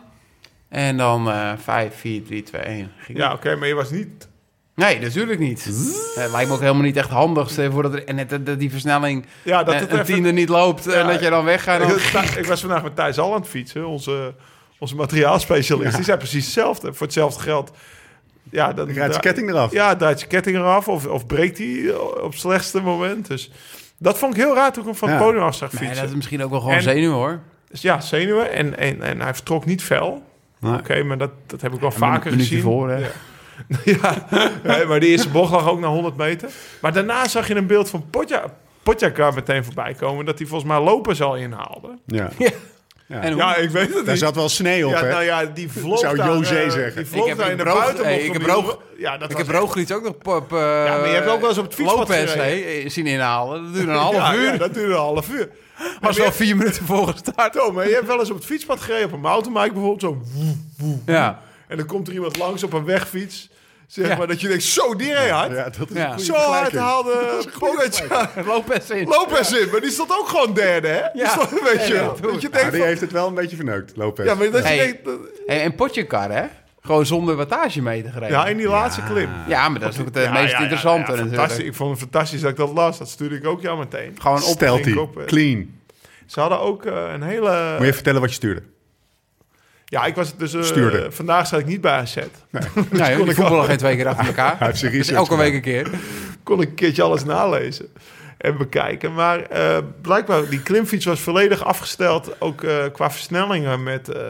En dan eh 5, 4, 3, 2, 1. Ja, oké, maar je was niet... Nee, natuurlijk niet. Het lijkt me ook helemaal niet echt handig. Stel je voor dat er, en net, dat die versnelling Ja, dat eh, het een even- tiende niet loopt en Ja. dat je dan weggaat. Ik, Dan... was- ik was vandaag met Thijs al aan het fietsen, onze, onze materiaalspecialist, die zei precies hetzelfde. Voor hetzelfde geld. Ja, dan Dan gaat je dra- ketting eraf. Ja, draait je ketting eraf of, of breekt die op het slechtste moment. Dus dat vond ik heel raar toen ik hem van het Ja. podium af zag Nee, fietsen. dat is misschien ook wel gewoon En- zenuwen hoor. Dus ja, zenuwen en, en, en hij vertrok niet fel. Oké, maar dat, dat heb ik wel vaker Een minuutje gezien. voor, hè. Ja. ja, hè, maar die eerste bocht lag ook naar 100 meter. Maar daarna zag je een beeld van Potja, Potjaka meteen voorbij komen... dat hij volgens mij Lopez al inhaalde. Ja. En hoe- Ja, ik weet het Daar niet. zat wel snee op, Ja, hè? nou ja, die vlog Zou daar, José eh, zeggen. Die vlog Ik heb daar een in de brood- buitenbocht. hey, ik heb om die- brood- Ja, dat Ik was heb Roglic ook nog op... eh, Ja, maar je hebt ook wel eens op het fietspad Lopez gereden. hè, zien inhalen. Dat duurde een half Ja, uur. ja, dat duurde een half uur. was maar wel je- vier minuten voor gestart. Tom, hè, je hebt wel eens op het fietspad gereden, op een mountainbike bijvoorbeeld, zo. woe, woe. Ja. En dan komt er iemand langs op een wegfiets, zeg Ja. maar, dat je denkt, zo, die reed hard. Ja, dat is Ja. een goede zo hard vergelijking. haalde Pogacar Lopez in. Lopez in, maar die stond ook gewoon derde, hè? Die Ja. stond, weet je, Ja, wel. dat dat je Ja, denkt die van, heeft het wel een beetje verneukt, Lopez. ja, maar dat je Hey. denkt, dat- En, en potjekar, hè? Gewoon zonder wattage mee te gereden. ja, in die laatste clip. Ja, maar dat is ook het eh, Ja, meest ja, ja, interessante ja, fantastisch. natuurlijk. Ik vond het fantastisch dat ik dat las. Dat stuurde ik ook jou meteen. Gewoon op. Stelt ging hij. op, eh. Clean. Ze hadden ook eh, een hele... Moet je vertellen wat je stuurde? Ja, ik was dus... eh, Stuurde. Vandaag zat ik niet bij AZ. Nee, die voetballen geen twee keer achter elkaar. Hij heeft zijn Dus elke research gedaan. week een keer. kon ik een keertje alles nalezen en bekijken. Maar eh, blijkbaar, die klimfiets was volledig afgesteld, ook eh, qua versnellingen met eh,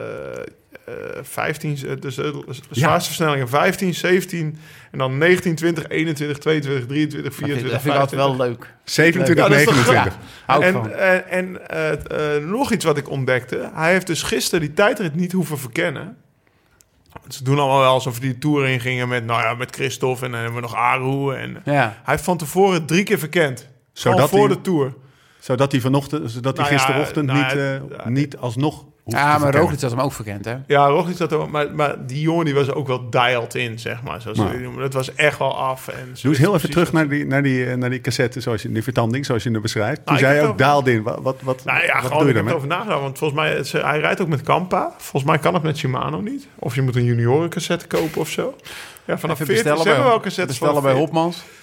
eh, 15, eh, dus eh, de zwaarste versnellingen 15, 17 en dan 19, 20, 21, 22, 23, Dat vind, 24, dat vind ik altijd wel leuk. 27, Ja, dat is toch 29. Ja, hou ik van. en en, en eh, eh, nog iets wat ik ontdekte. Hij heeft dus gisteren die tijdrit niet hoeven verkennen. Want Ze doen allemaal wel alsof die tour ingingen met, nou ja, met Christophe en dan hebben we nog Aru. En, Ja. hij heeft van tevoren drie keer verkend. Zodat Al voor hij- de Tour. Zodat hij vanochtend, zodat hij Nou ja, gisterochtend nou niet, ja, eh, ja. niet alsnog hoeft Ja, te maar verkennen. Roglic had hem ook verkend, hè? Ja, Roglic dat ook. Maar, maar die jongen die was ook wel dialed in, zeg maar. Zoals ze Ja. die noemen. Dat was echt wel af. En ze Doe eens heel even wisten precies terug naar die, naar die, eh, naar die cassette, zoals je, die vertanding, zoals je het beschrijft. Toen Nou, ik zei heb je het ook daalde in. Wat, wat, wat, Nou ja, wat gewoon, doe je ik heb daarmee? erover nagedacht. Want volgens mij, ze- hij rijdt ook met Kampa. Volgens mij kan het met Shimano niet. Of je moet een juniorencassette kopen of zo. Ja, vanaf 14 ze hebben wel cassettes bestellen vanaf bij Hopmans. 14.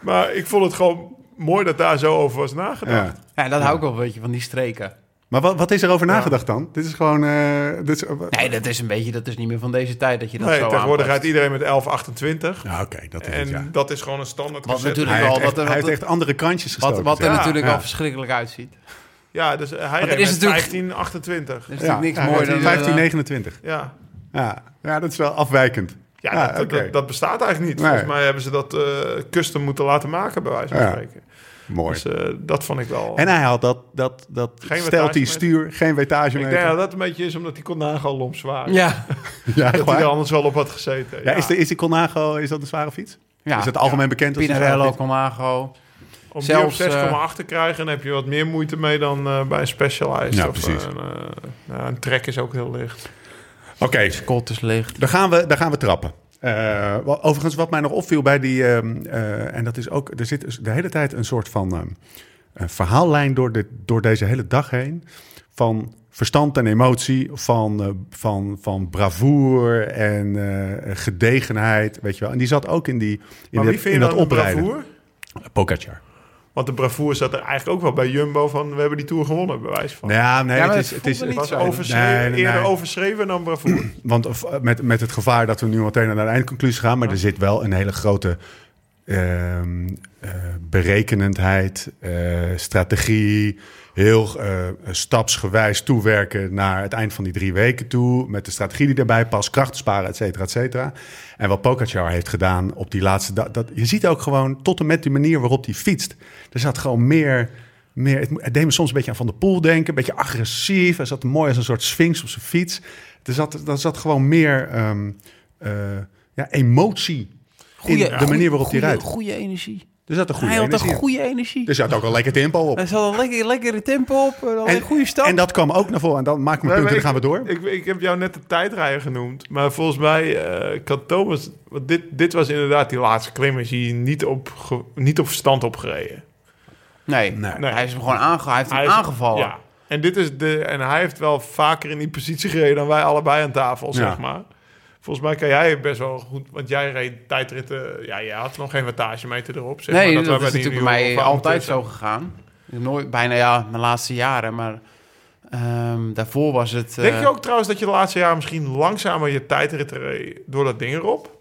Maar ik vond het gewoon mooi dat daar zo over was nagedacht. Ja. Ja, dat hou ik wel een beetje van die streken. Maar wat, wat is erover nagedacht dan? Dit is gewoon... eh, dit is, Nee, dat is een beetje, dat is niet meer van deze tijd dat je dat Nee, zo tegenwoordig aanpast. rijdt iedereen met 1128. Ja, oké, dat is en het, ja. dat is gewoon een standaard Wat cassette. natuurlijk Hij, wel heeft echt, wat, er- hij wat, heeft echt andere kantjes wat, gestoken. wat er ja. natuurlijk Ja. al verschrikkelijk uitziet. Ja, dus eh, hij er reed is met natuurlijk- Dus- 15, 28. Er is Ja, natuurlijk ja, niks mooier dan... eh, eh, 15, 29. Ja, Ja. ja, dat is wel afwijkend. ja, Ja, dat, dat- oké. dat, dat bestaat eigenlijk niet. Nee. Volgens mij hebben ze dat eh custom moeten laten maken, bij wijze van Ja. spreken. Mooi. Dus eh, dat vond ik wel... En hij had dat, dat, dat Geen stelt die wattagemeter. stuur, geen ik wetage denk mee. dat dat een beetje is omdat die Conago loms waren. Ja. Ja, echt Dat hij waar? er anders wel op had gezeten. Ja, Is, de, is die Colnago is dat een zware fiets? ja. Is dat algemeen bekend als een zware Pinarello, fiets? Comago. Om zelfs, eh, die op 6,8 te krijgen, dan heb je wat meer moeite mee dan eh, bij een Specialized. Ja, of, precies. Een, eh, nou, een trek is ook heel licht. Oké, Scott is licht. Daar gaan we, daar gaan we trappen. Eh, wa- overigens, wat mij nog opviel bij die. ehm, eh, en dat is ook. Er zit dus de hele tijd een soort van. ehm, een verhaallijn door, dit- door deze hele dag heen. Van verstand en emotie. Van, eh, van, van bravoure en eh, gedegenheid. Weet je wel. En die zat ook in, die, in, Maar dat, wie vind in je dat dan een oprijden. bravoer? Pogacar. Want de bravoer zat er eigenlijk ook wel bij Jumbo van... we hebben die Tour gewonnen, bij wijze van. Nou Ja, nee, Ja, maar het het voelde is. Het is niet Het was zo. overschreven, Nee, nee, nee. eerder overschreven dan bravoer. Want of, eh, met, met het gevaar dat we nu meteen naar de eindconclusie gaan, maar er zit wel een hele grote ehm, eh, berekenendheid, eh, strategie, heel eh, stapsgewijs toewerken naar het eind van die drie weken toe, met de strategie die daarbij past, krachten sparen, et cetera, et cetera. En wat Pogacar heeft gedaan op die laatste dag, dat, je ziet ook gewoon tot en met die manier waarop hij fietst, er zat gewoon meer... Meer, het, mo- het deed me soms een beetje aan Van der Poel denken. Een beetje agressief. Hij zat mooi als een soort sphinx op zijn fiets. Er zat, er zat gewoon meer ehm, eh, ja, emotie in de manier waarop hij rijdt. Goede energie. Er zat een goede Hij had energie een in. goede energie. Er zat ook een lekker tempo op. Hij zat een lekker, lekkere tempo op, eh, een goede stap. en dat kwam ook naar voren. En dan maak ik mijn Nee, punten maar en dan gaan we door. Ik, ik heb jou net de tijdrijder genoemd. Maar volgens mij eh kan Thomas... Want dit, dit was inderdaad die laatste klim. Is hij niet op, ge- niet op verstand opgereden. nee, Nee. nee, hij is hem gewoon aange, hij heeft hem Hij is- aangevallen. Ja. En, dit is de, en hij heeft wel vaker in die positie gereden... dan wij allebei aan tafel, zeg maar. Volgens mij kan jij het best wel goed... Want jij reed tijdritten... Ja, jij had nog geen wattagemeter erop. Zeg nee, maar, wij dat, is bij die natuurlijk bij mij nieuwe- altijd zo gegaan. Ik heb Nooit, bijna ja, mijn laatste jaren, maar Ehm, daarvoor was het... eh, Denk je ook trouwens dat je de laatste jaren misschien langzamer je tijdrit reed door dat ding erop?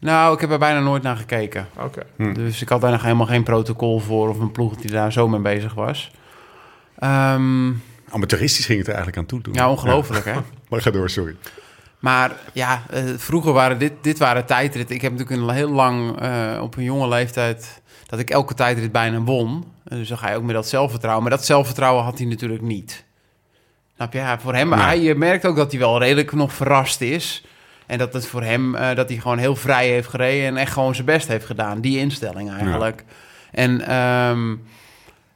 Nou, ik heb er bijna nooit naar gekeken. Oké. Hm. Dus ik had daar nog helemaal geen protocol voor of een ploeg die daar zo mee bezig was. Ehm, Amateuristisch ging het er eigenlijk aan toe toen. ja, ongelooflijk hè. Ja. Maar ga door, sorry. Maar ja, eh, vroeger waren dit, dit waren tijdritten. Ik heb natuurlijk een heel lang, eh, op een jonge leeftijd, dat ik elke tijdrit bijna won. En dus dan ga je ook met dat zelfvertrouwen. Maar dat zelfvertrouwen had hij natuurlijk niet. Snap je? Ja, voor hem, Nee. hij je merkt ook dat hij wel redelijk nog verrast is. En dat het voor hem, eh, dat hij gewoon heel vrij heeft gereden en echt gewoon zijn best heeft gedaan. Die instelling eigenlijk. En ehm,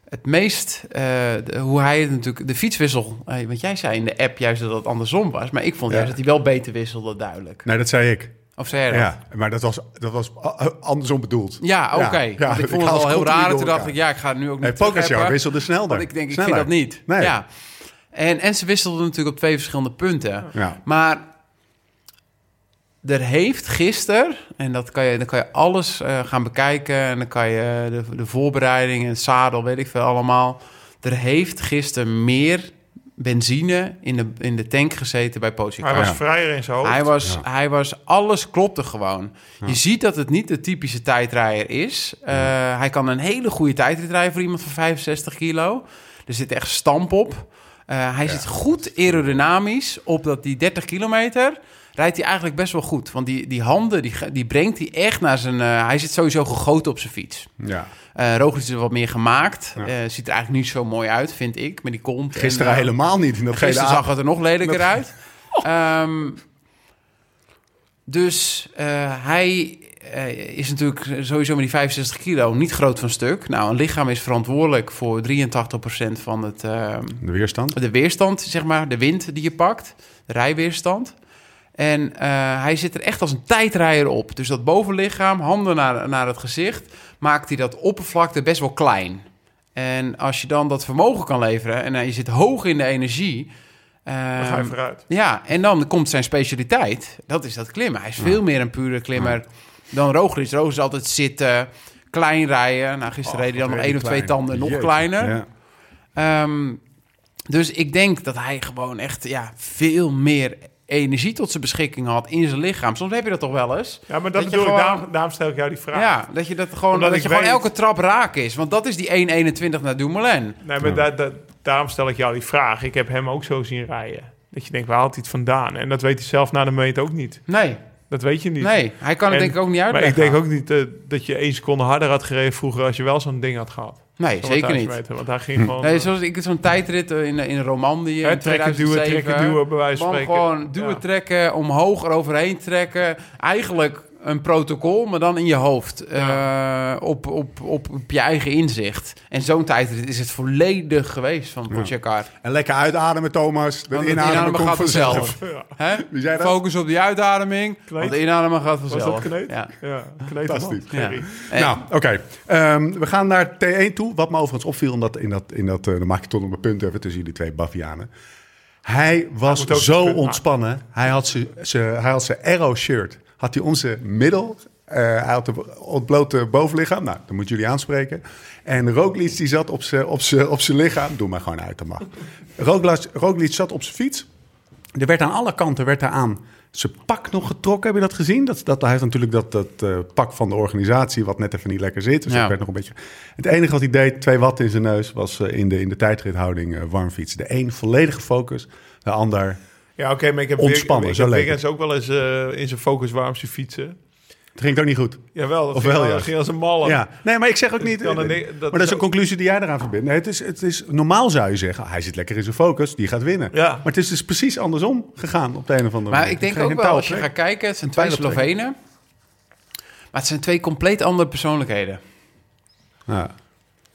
het meest, eh, de- hoe hij het natuurlijk, de fietswissel. eh, want jij zei in de app juist dat het andersom was. Maar ik vond Ja. juist dat hij wel beter wisselde, duidelijk. Nee, dat zei ik. Of zei hij dat? Ja, Ja, maar dat was, dat was a- a- andersom bedoeld. oké. Ja, ja, Want ik ik vond het haal al het heel continu raar. door Toen dacht elkaar. ik, ja, ik ga het nu ook Nee, niet terug Pogacar appen. wisselde snelder. Want ik denk, ik Sneller. vind dat niet. Nee. Ja. En, en ze wisselden natuurlijk op twee verschillende punten. Ja. Maar er heeft gisteren, en dat kan je, dan kan je alles eh, gaan bekijken... en dan kan je eh, de, de voorbereiding en het zadel, weet ik veel allemaal... er heeft gisteren meer benzine in de, in de tank gezeten bij Pogacar. Hij was Ja. vrijer in zijn hoofd. Oh Hij was, Ja. hij was, alles klopte gewoon. Je ziet dat het niet de typische tijdrijder is. Eh, Hij kan een hele goede tijdrit rijden voor iemand van 65 kilo. Er zit echt stamp op. Eh, hij zit goed aerodynamisch op dat, die 30 kilometer. Rijdt hij eigenlijk best wel goed. Want die, die handen, die, ge- die brengt hij echt naar zijn... eh, hij zit sowieso gegoten op zijn fiets. Ja. Eh Roglic is er wat meer gemaakt. Ja. Eh, ziet er eigenlijk niet zo mooi uit, vind ik. Met die kont. en, Gisteren eh, helemaal niet in dat gele Gisteren zag... zag het er nog lelijker Met- uit. Ehm, dus eh, hij eh, is natuurlijk sowieso met die 65 kilo niet groot van stuk. Nou, een lichaam is verantwoordelijk voor 83% van het, ehm, De weerstand. de weerstand, zeg maar, de wind die je pakt, de rijweerstand. En eh, hij zit er echt als een tijdrijder op. Dus dat bovenlichaam, handen naar, naar het gezicht, maakt hij dat oppervlakte best wel klein. En als je dan dat vermogen kan leveren en eh, je zit hoog in de energie. Dan ga je ehm, vooruit. ja, en dan komt zijn specialiteit. Dat is dat klimmen. Hij is veel meer een pure klimmer dan Roglic. Roglic is altijd zitten, klein rijden. Nou, gisteren reed hij dan nog één of twee tanden nog kleiner. Ja. Ehm, dus ik denk dat hij gewoon echt ja, veel meer energie tot zijn beschikking had in zijn lichaam. Soms heb je dat toch wel eens? Ja, maar dat, Dat je bedoel ik. gewoon- Daarom, daarom stel ik jou die vraag. Ja, dat je, dat gewoon, Omdat dat ik je gewoon weet- elke trap raak is. Want dat is die 1.21 naar Dumoulin. Nee, maar da- da- daarom stel ik jou die vraag. Ik heb hem ook zo zien rijden. Dat je denkt, waar haalt hij het vandaan? En dat weet hij zelf na de meet ook niet. Nee, Dat weet je niet. nee, hij kan het En- denk ik ook niet Maar uitleggen. ik denk ook niet eh, dat je één seconde harder had gereden vroeger als je wel zo'n ding had gehad. Nee, zeker niet. Meter, want hij ging gewoon... Nee, zoals ik zo'n tijdrit eh, in, in Romandie eh, hè, in trekken, duwen, 2007. trekken, duwen, bij wijze van Gewoon, spreken. gewoon duwen, Ja. trekken, omhoog, eroverheen trekken. Eigenlijk een protocol, maar dan in je hoofd. Eh, op, op, op, op je eigen inzicht. En zo'n tijd is het volledig geweest van Pogacar. En lekker uitademen, Thomas. De Want het inademen, inademen komt gaat vanzelf. vanzelf. Ja, Hè? Wie zei dat? Focus op die uitademing, Kneed. want de inademen gaat eh, was vanzelf. dat kneed? Ja. ja kneed Fantastisch. man. Gerry. Ja. En- Nou, oké. Ehm, we gaan naar T1 toe. Wat me overigens opviel, omdat in dat, in dat, eh, dan maak ik toch nog mijn punt even tussen jullie twee bavianen. Hij was moet ook zo een punt ontspannen. Hij had zijn- zijn hij had zijn arrow shirt. Had hij om zijn middel. Eh, hij had een ontblote bovenlichaam. Nou, dat moeten jullie aanspreken. En Roglic die zat op zijn op zijn- op zijn lichaam. Doe maar gewoon uit, dat mag. Roglic, Roglic zat op zijn fiets. Er werd aan alle kanten werd daar aan zijn pak nog getrokken. Heb je dat gezien? Dat, dat, hij heeft natuurlijk dat, dat eh, pak van de organisatie, wat net even niet lekker zit. Dus Ja. dat werd nog een beetje... Het enige wat hij deed, twee watt in zijn neus, was eh, in, de, in de tijdrithouding eh, warm fietsen. De een volledige focus, de ander... Ja, oké, maar ik heb Ontspannen, ik zo heb leek Wiggins ook wel eens eh, in zijn focus warm zien fietsen. Het ging toch niet goed? Jawel, dat Of ging, wel, wel- ja. dat ging als een Oh. malle. Ja, nee, maar ik zeg ook Dus niet... dan een- eh, dat maar is dat is een ook- conclusie die jij eraan verbindt. Nee, het is, het is, normaal zou je zeggen, ah, hij zit lekker in zijn focus, die gaat winnen. Ja. Maar het is dus precies andersom gegaan op de een of andere Maar manier. ik denk Geen ook wel, touw als je trekken. gaat kijken, het zijn twee Een pijl op trekken. Slovenen. Maar het zijn twee compleet andere persoonlijkheden. Ja.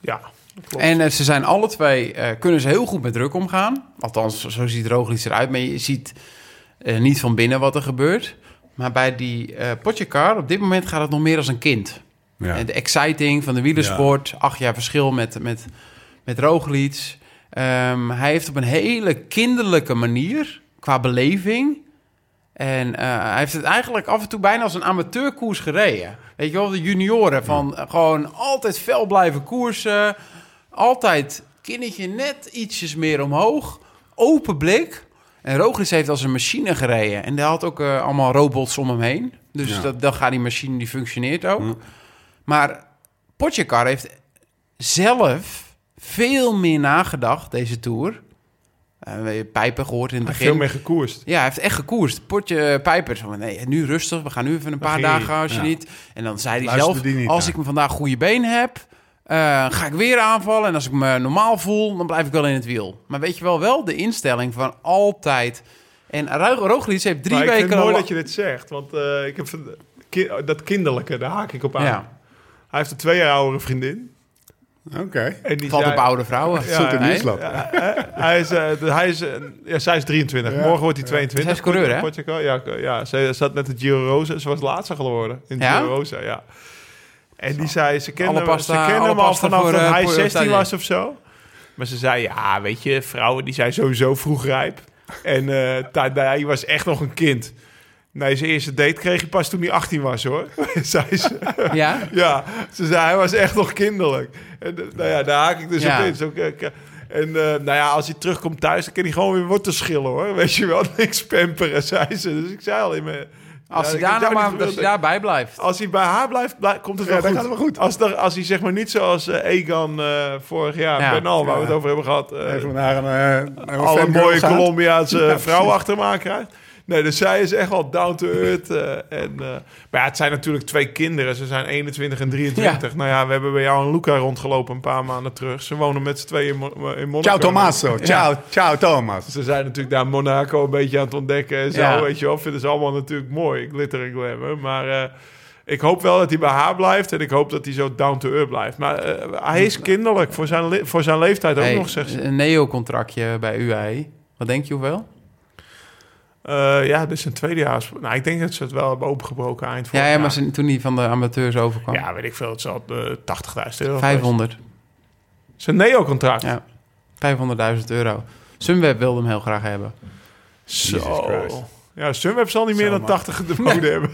Ja, klopt. En eh, ze zijn alle twee, eh, kunnen ze heel goed met druk omgaan. Althans, zo ziet Roglic eruit. Maar je ziet eh, niet van binnen wat er gebeurt. Maar bij die eh Potjekar, op dit moment gaat het nog meer als een kind. Ja. En de exciting van de wielersport. Acht jaar verschil met, met, met Roglic. Ehm, hij heeft op een hele kinderlijke manier, qua beleving... En eh, hij heeft het eigenlijk af en toe bijna als een amateurkoers gereden. Weet je wel, de junioren van eh, gewoon altijd fel blijven koersen. Altijd kindertje net ietsjes meer omhoog. open blik. En Roglic heeft als een machine gereden. En daar had ook eh, allemaal robots om hem heen. Dus Ja. dat, dan gaat die machine, die functioneert ook. Maar Potjekar heeft zelf veel meer nagedacht deze Tour. Uh, pijpen gehoord in het Hij heeft begin. veel meer gekoerst. Ja, hij heeft echt gekoerst. Potje eh, pijpers. Van, nee, nu rustig. We gaan nu even een paar ging dagen hij. als je Ja. niet. En dan zei hij Luisterde zelf, die niet als naar. ik me vandaag goede been heb, eh, ga ik weer aanvallen. En als ik me normaal voel, dan blijf ik wel in het wiel. Maar weet je wel, wel de instelling van altijd. En Ro- Roglic heeft drie maar ik weken... vind het mooi al- dat je dit zegt, want eh, ik heb van- ki- dat kinderlijke, daar haak ik op aan. Ja, Hij heeft een twee jaar oudere vriendin. Oké. En die valt zei- op oude vrouwen. Ja, Zult in hè? nieuwsblad. Hij is, eh, de- hij is, eh, ja, zij is 23. Ja. Morgen wordt hij 22. Zij is coureur, hè? Portugal. Ja, co- ja, ze zat net de Giro Rosa. Ze was laatste geworden in de Ja? Giro Rosa, ja. En die zei, ze kennen Alle pasta- hem, ze kennen alle hem al pasta vanaf voor, dat eh, hij voor 16 Italië. was of zo. Maar ze zei, ja, weet je, vrouwen die zijn sowieso vroeg rijp. En eh Tadai was echt nog een kind. Nee, zijn eerste date kreeg hij pas toen hij 18 was, hoor. zei ze. Ja? Ja, ze zei, hij was echt nog kinderlijk. En, eh, nou ja, daar haak ik dus Ja. op in. Zo, k- k- en eh, nou ja, als hij terugkomt thuis, dan kan hij gewoon weer wortel schillen, hoor. Weet je wel, niks pamperen, zei ze. Dus ik zei al in mijn... Als Ja, ik hij heb daar nou jou maar niet als hij verteld. daarbij blijft. Als hij bij haar blijft, blij- komt het Ja, wel dan goed. gaat het wel goed. Als, daar- als hij zeg maar niet zoals eh, Egan eh, vorig jaar, Ja. Bernal, waar we Ja. het over hebben gehad... eh, Even naar een, eh, naar een alle fangirl mooie gaat. Colombiaanse Ja, vrouw precies. achter hem aan krijgt. Nee, dus zij is echt wel down to earth. eh, en, eh, maar ja, het zijn natuurlijk twee kinderen. Ze zijn 21 en 23. Nou ja, we hebben bij jou en Luca rondgelopen een paar maanden terug. Ze wonen met z'n tweeën in, Mo- eh, in Monaco. Ciao Tommaso. Ciao, ciao Thomas. Ze zijn natuurlijk daar Monaco een beetje aan het ontdekken. En zo, Ja. weet je wel. Vinden ze allemaal natuurlijk mooi, glitter en glamour. Maar eh, ik hoop wel dat hij bij haar blijft. En ik hoop dat hij zo down to earth blijft. Maar eh, hij is kinderlijk voor zijn, le- voor zijn leeftijd ook Hey, nog, eh, zegt ze. een neo-contractje bij UI. Wat denk je hoeveel? Eh, ja, dus een tweedejaars. Nou, ik denk dat ze het wel hebben opengebroken eind vorig Ja, ja, maar jaar. ze- toen hij van de amateurs overkwam. Ja, weet ik veel. Het zal eh, 80.000 euro. 500. geweest. Zijn neo-contract. Ja, 500.000 euro. Sunweb wilde hem heel graag hebben. Jesus Zo. Christ. Ja, Sunweb zal niet meer Zo, dan man. 80 de mode hebben.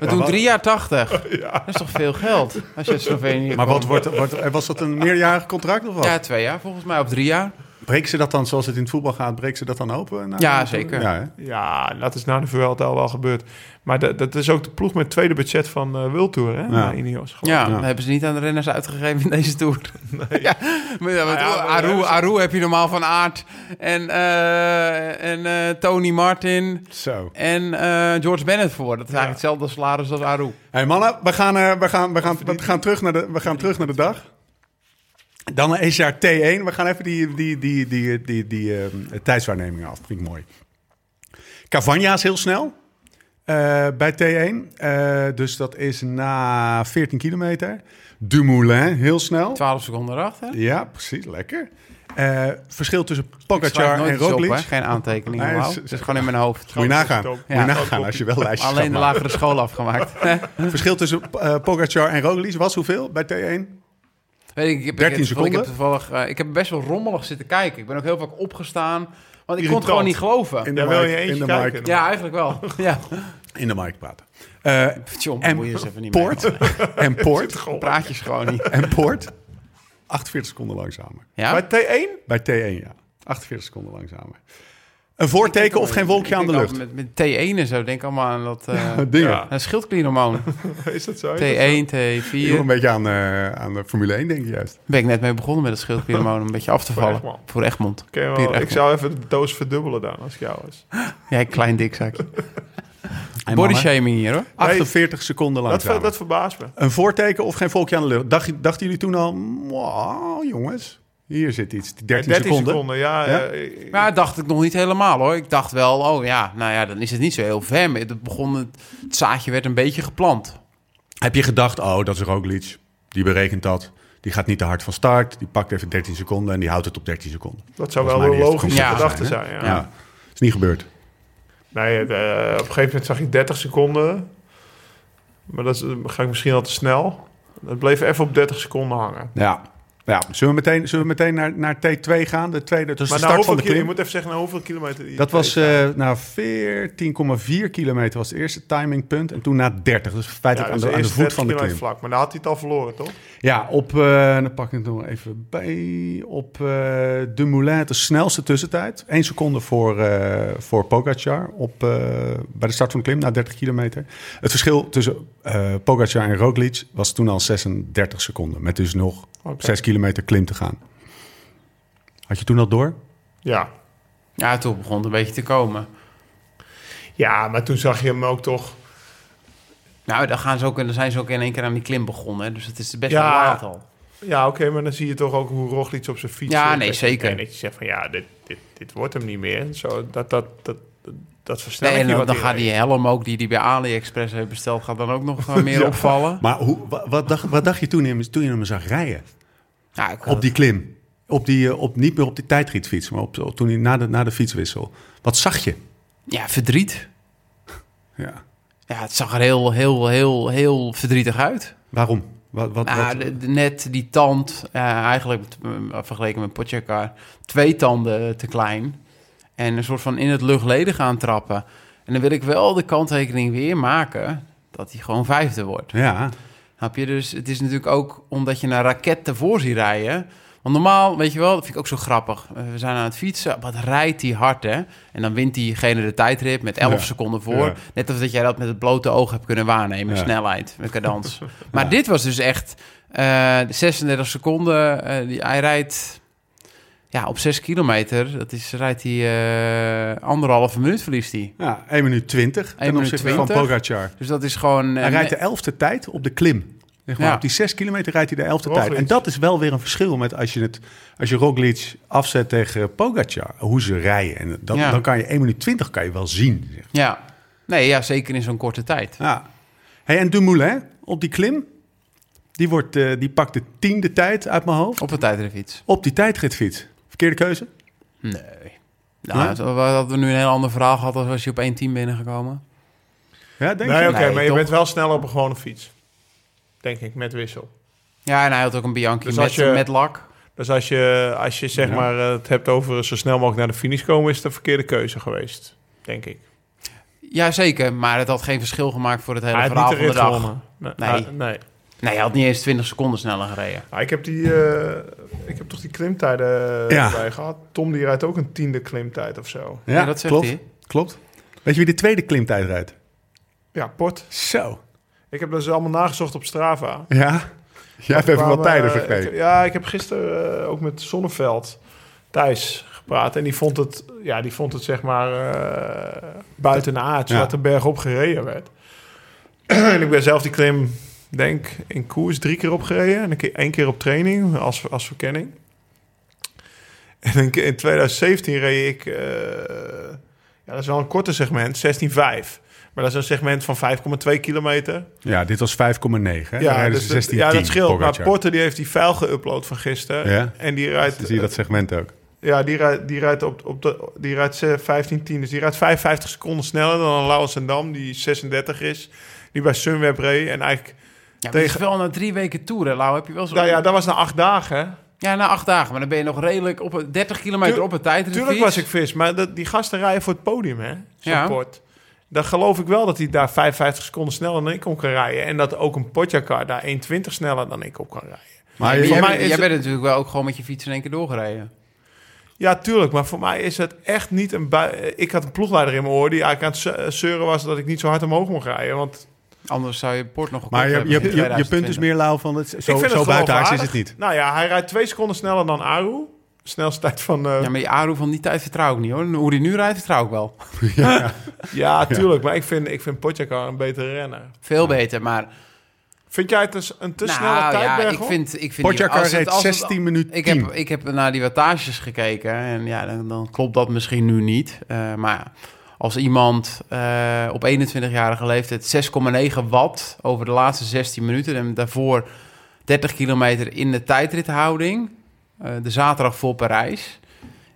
We doen wat- drie jaar 80. ja. Dat is toch veel geld? Als je uit Slovenië Maar komt. wat wordt, wordt, was dat een meerjarig contract of wat? Ja, twee jaar volgens mij, of drie jaar. Breekt ze dat dan, zoals het in het voetbal gaat, breekt ze dat dan open? Nou, Ja, zeker. Ja, hè? ja, dat is na de Vuelta al wel gebeurd. Maar dat, dat is ook de ploeg met het tweede budget van eh World Tour, hè? Na Ineos. geloof ik. Ja, Ja. dat hebben ze niet aan de renners uitgegeven in deze Tour. Ja, maar ja, want Nou ja, maar we Aru, hebben ze- Aru heb je normaal van Aert en, eh, en eh, Tony Martin Zo. en eh, George Bennett voor. Dat is eigenlijk hetzelfde salaris als Aru. hey mannen, we gaan, eh, we, gaan, we, gaan, we, gaan terug naar de, we gaan terug naar de dag. Dan is jaar T1. We gaan even die, die, die, die, die, die ehm, tijdswaarnemingen af. Vind ik mooi. Cavagna is heel snel eh, bij T1. Eh, dus dat is na 14 kilometer. Dumoulin heel snel. 12 seconden erachter. Ja, precies. Lekker. Eh, verschil tussen Ik schrijf Pogacar nooit en iets op, Roglic. hè. Geen aantekeningen. Nee, wauw. is- Het is gewoon in mijn hoofd. Moet je nagaan. Ja. Moet je nagaan als je wel lijstjes gaat Alleen de maken. lagere school afgemaakt. verschil tussen eh, Pogacar en Roglic was hoeveel bij T1? Weet ik, ik heb, ik heb, 13 Ik heb, seconden. toevallig, eh, ik heb best wel rommelig zitten kijken. Ik ben ook heel vaak opgestaan, want ik kon Irritant. het gewoon niet geloven. In Ja, wil je mic, eentje in de kijken? mic, Ja, eigenlijk wel. ja. in de mic praten. Eh, John, en moet je eens even niet Poort. En Poort. mee. Praat je gewoon niet. En Poort. 48 seconden langzamer. Ja? Bij T1? Bij T1, ja. 48 seconden langzamer. Een voorteken of geen wolkje aan de Ik denk lucht? al Met, met T1 en zo, denk allemaal aan dat... eh Dingen. Ja. dat schildklierhormoon. Is dat zo? T1, Je moet een T4. beetje aan, eh, aan de Formule 1 denk ik juist. Ben ik net mee begonnen met het schildklierhormoon om een beetje af te vallen. Egmond. Voor Egmond. Oké, wel, Pier ik Egmond. zou even de doos verdubbelen dan, als ik jou was. Oh, Jij klein dikzakje. Body shaming hier hoor. 48 Dat, seconden ver- langzamer. dat verbaast me. Een voorteken of geen volkje aan de lucht? Dacht, dachten jullie toen al, "Mwah, jongens, hier zit iets. 13, 13 seconden, seconden. ja. Ja? eh, Maar dat dacht ik nog niet helemaal hoor. Ik dacht wel, oh ja, nou ja, dan is het niet zo heel ver. Maar het, begon, het, het zaadje werd een beetje geplant. Heb je gedacht, oh, dat is Roglic. Die berekent dat. Die gaat niet te hard van start. Die pakt even 13 seconden en die houdt het op 13 seconden. Dat zou Volgens wel mij een die heeft logische het concept gedachte zijn, ja. hè? Ja. Is niet gebeurd. Nee, de- op een gegeven moment zag ik 30 seconden. eh, Maar dat is- dan ga ik misschien al te snel. Dat bleef even op 30 seconden hangen. Ja. Ja, zullen we meteen, zullen we meteen naar, naar T2 gaan? De tweede, dus Maar de nou, start van hoeveel de kilo, je klim. moet even zeggen, nou, hoeveel kilometer... die- Dat was eh na 14,4 kilometer was het eerste timingpunt. En toen na 30. Dus Ja, feitelijk dus aan, de, aan de eerste voet van de 30 kilometer klim. vlak. Maar daar had hij het al verloren, toch? Ja, op, eh, dan pak ik het nog even bij. Op eh de Moulin, de snelste tussentijd. 1 seconde voor, eh voor Pogacar op, eh, bij de start van de klim na 30 kilometer. Het verschil tussen eh Pogacar en Roglic was toen al 36 seconden. Met dus nog Oké. 6 kilometer klim te gaan. Had je toen al door? Ja. Ja, toen begon het een beetje te komen. Ja, maar toen zag je hem ook toch... Nou, dan, gaan ze ook, dan zijn ze ook in één keer aan die klim begonnen. hè. Dus het is best wel Ja. laat al. Ja, oké, maar dan zie je toch ook hoe Roglic op zijn fiets... Ja, zit. nee, Dat je- zeker. En dat je zegt van, ja, dit, dit, dit wordt hem niet meer. Zo, dat, dat, dat, dat Nee, versnelt en je dan, wat dan hier gaat reed. die helm ook, die die bij AliExpress heeft besteld, gaat dan ook nog eh, meer Ja. opvallen. Maar hoe, wa- wat, dacht, wat dacht je toen, je hem- toen je hem zag rijden? Ja, ik had- Op die klim? Op die, eh, op, niet meer op die tijdritfiets, maar op, op- toen hij na de, na de fietswissel. Wat zag je? ja verdriet. Ja. Ja, het zag er heel, heel, heel, heel verdrietig uit. Waarom? Wat, wat, Nou, wat- de- de- net die tand, eh, eigenlijk t- m- vergeleken met Potjakar, twee tanden te klein. En een soort van in het luchtleden gaan trappen. En dan wil ik wel de kanttekening weer maken dat hij gewoon vijfde wordt. Ja, Snap je? Dus het is natuurlijk ook omdat je een raket tevoor ziet rijden. Want normaal, weet je wel, dat vind ik ook zo grappig. Eh, We zijn aan het fietsen, wat rijdt hij hard, hè? En dan wint diegene de tijdrit met 11 Ja. seconden voor. Ja. Net als dat jij dat met het blote oog hebt kunnen waarnemen. Ja. Snelheid, met cadans. maar dit was dus echt eh, 36 seconden. eh, die, hij rijdt ja, op 6 kilometer. Dat is, rijdt hij eh, anderhalve minuut verliest hij. ja 1 minuut 20 ten minuut opzichte 20. van Pogacar. Dus dat is gewoon... eh, Hij rijdt me- de elfde tijd op de klim. Zeg maar, Ja. Op die 6 kilometer rijdt hij de elfde Roglic. tijd. En dat is wel weer een verschil met als je, het, als je Roglic afzet tegen Pogacar. Hoe ze rijden. En dat, Ja. dan kan je 1 minuut 20 kan je wel zien. zeg. ja. Nee, ja, zeker in zo'n korte tijd. Ja. Hey, en Dumoulin op die klim. Die, wordt, eh, die pakt de tiende tijd uit mijn hoofd. Op een tijdritfiets. Op die tijdritfiets. Verkeerde keuze? Nee. Nou, Nee? zo- we hadden nu een heel ander verhaal gehad als als je op één team binnengekomen. Ja, denk Nee, je? oké, Nee, maar je toch? bent wel sneller op een gewone fiets. Denk ik, met wissel. Ja, en hij had ook een Bianchi Dus met, als je- met lak. Dus als je, als je zeg Ja. maar, eh, het hebt over zo snel mogelijk naar de finish komen, is het een verkeerde keuze geweest. Denk ik. Ja, zeker. Maar het had geen verschil gemaakt voor het hele Hij had niet verhaal de van de rit dag. gewonnen. Nee. Nee. Ah, nee. Nee, hij had niet eens 20 seconden sneller gereden. Ah, ik, heb die, eh, ik heb toch die klimtijden Ja. bij gehad. Tom die rijdt ook een tiende klimtijd of zo. Ja, dat zegt klopt. hij. Klopt. Weet je wie de tweede klimtijd rijdt? Ja, Port. Zo. Ik heb dat dus allemaal nagezocht op Strava. Ja. Jij hebt even Kwamen, wat tijden eh, vergeten. ik- ja, ik heb gisteren eh, ook met Sonneveld Thijs gepraat. En die vond het, ja, die vond het zeg maar eh buiten aard, Ja. zodat de berg op gereden werd. en ik ben zelf die klim, denk in koers drie keer opgereden. En een keer, één keer op training als, als verkenning. En een keer in 2017 reed ik, eh, ja, dat is wel een korte segment, 16,5. Maar dat is een segment van 5,2 kilometer. Ja, dit was 5,9. hè? Dan rijden dus ze dat- 16, ja, dat scheelt. Pogacar. Maar Porter die heeft die file geüpload van gisteren. Ja. En die Dus rijdt, eh, dan zie je dat segment ook. ja, die rijdt, die rijdt, op, op de, die rijdt 15-10. Dus die rijdt 55 seconden sneller dan een Laurens en Dam, die 36 is. Die bij Sunweb reed. En eigenlijk, Ja, maar Tegen- het is wel na drie weken toeren, Lau, heb je wel zo... nou ja, dat was na acht dagen. hè. Ja, na acht dagen. Maar dan ben je nog redelijk op een- 30 kilometer Tuur- op een tijdrit. Tuurlijk was ik vis, maar dat, die gasten rijden voor het podium, hè? Zo'n Ja. port. Dan geloof ik wel dat hij daar 55 seconden sneller dan ik om kan rijden. En dat ook een Potjakar daar 1,20 sneller dan ik op kan rijden. Maar Jij, Voor bent- mij is jij het- bent natuurlijk wel ook gewoon met je fiets in één keer doorgereden. Ja, tuurlijk. Maar voor mij is het echt niet een... bui- Ik had een ploegleider in mijn oor die eigenlijk aan het ze- zeuren was... dat ik niet zo hard omhoog mocht rijden. Want Anders zou je port nog maar gekocht je, hebben je, in je, je punt is 2020. meer lauw van het. ik Zo, vind zo het gewoon buitenaards is aardig. het niet. Nou ja, hij rijdt twee seconden sneller dan Aru. Snelste tijd van... eh, Ja, maar die Aru van die tijd vertrouw ik niet, hoor. Hoe die nu rijdt, vertrouw ik wel. ja, tuurlijk. Maar ik vind, ik vind Potjakar een betere renner. Veel beter, maar... Vind jij het een, s- een te nou, snelle tijd, ja, Berghoff? ik vind, ik vind Potjakar als het- reed als het- 16 minuten Ik 10. heb, ik heb naar die wattages gekeken en ja, dan, dan klopt dat misschien nu niet. Eh, maar als iemand eh, op 21-jarige leeftijd 6,9 watt over de laatste 16 minuten en daarvoor 30 kilometer in de tijdrithouding, eh, de zaterdag voor Parijs,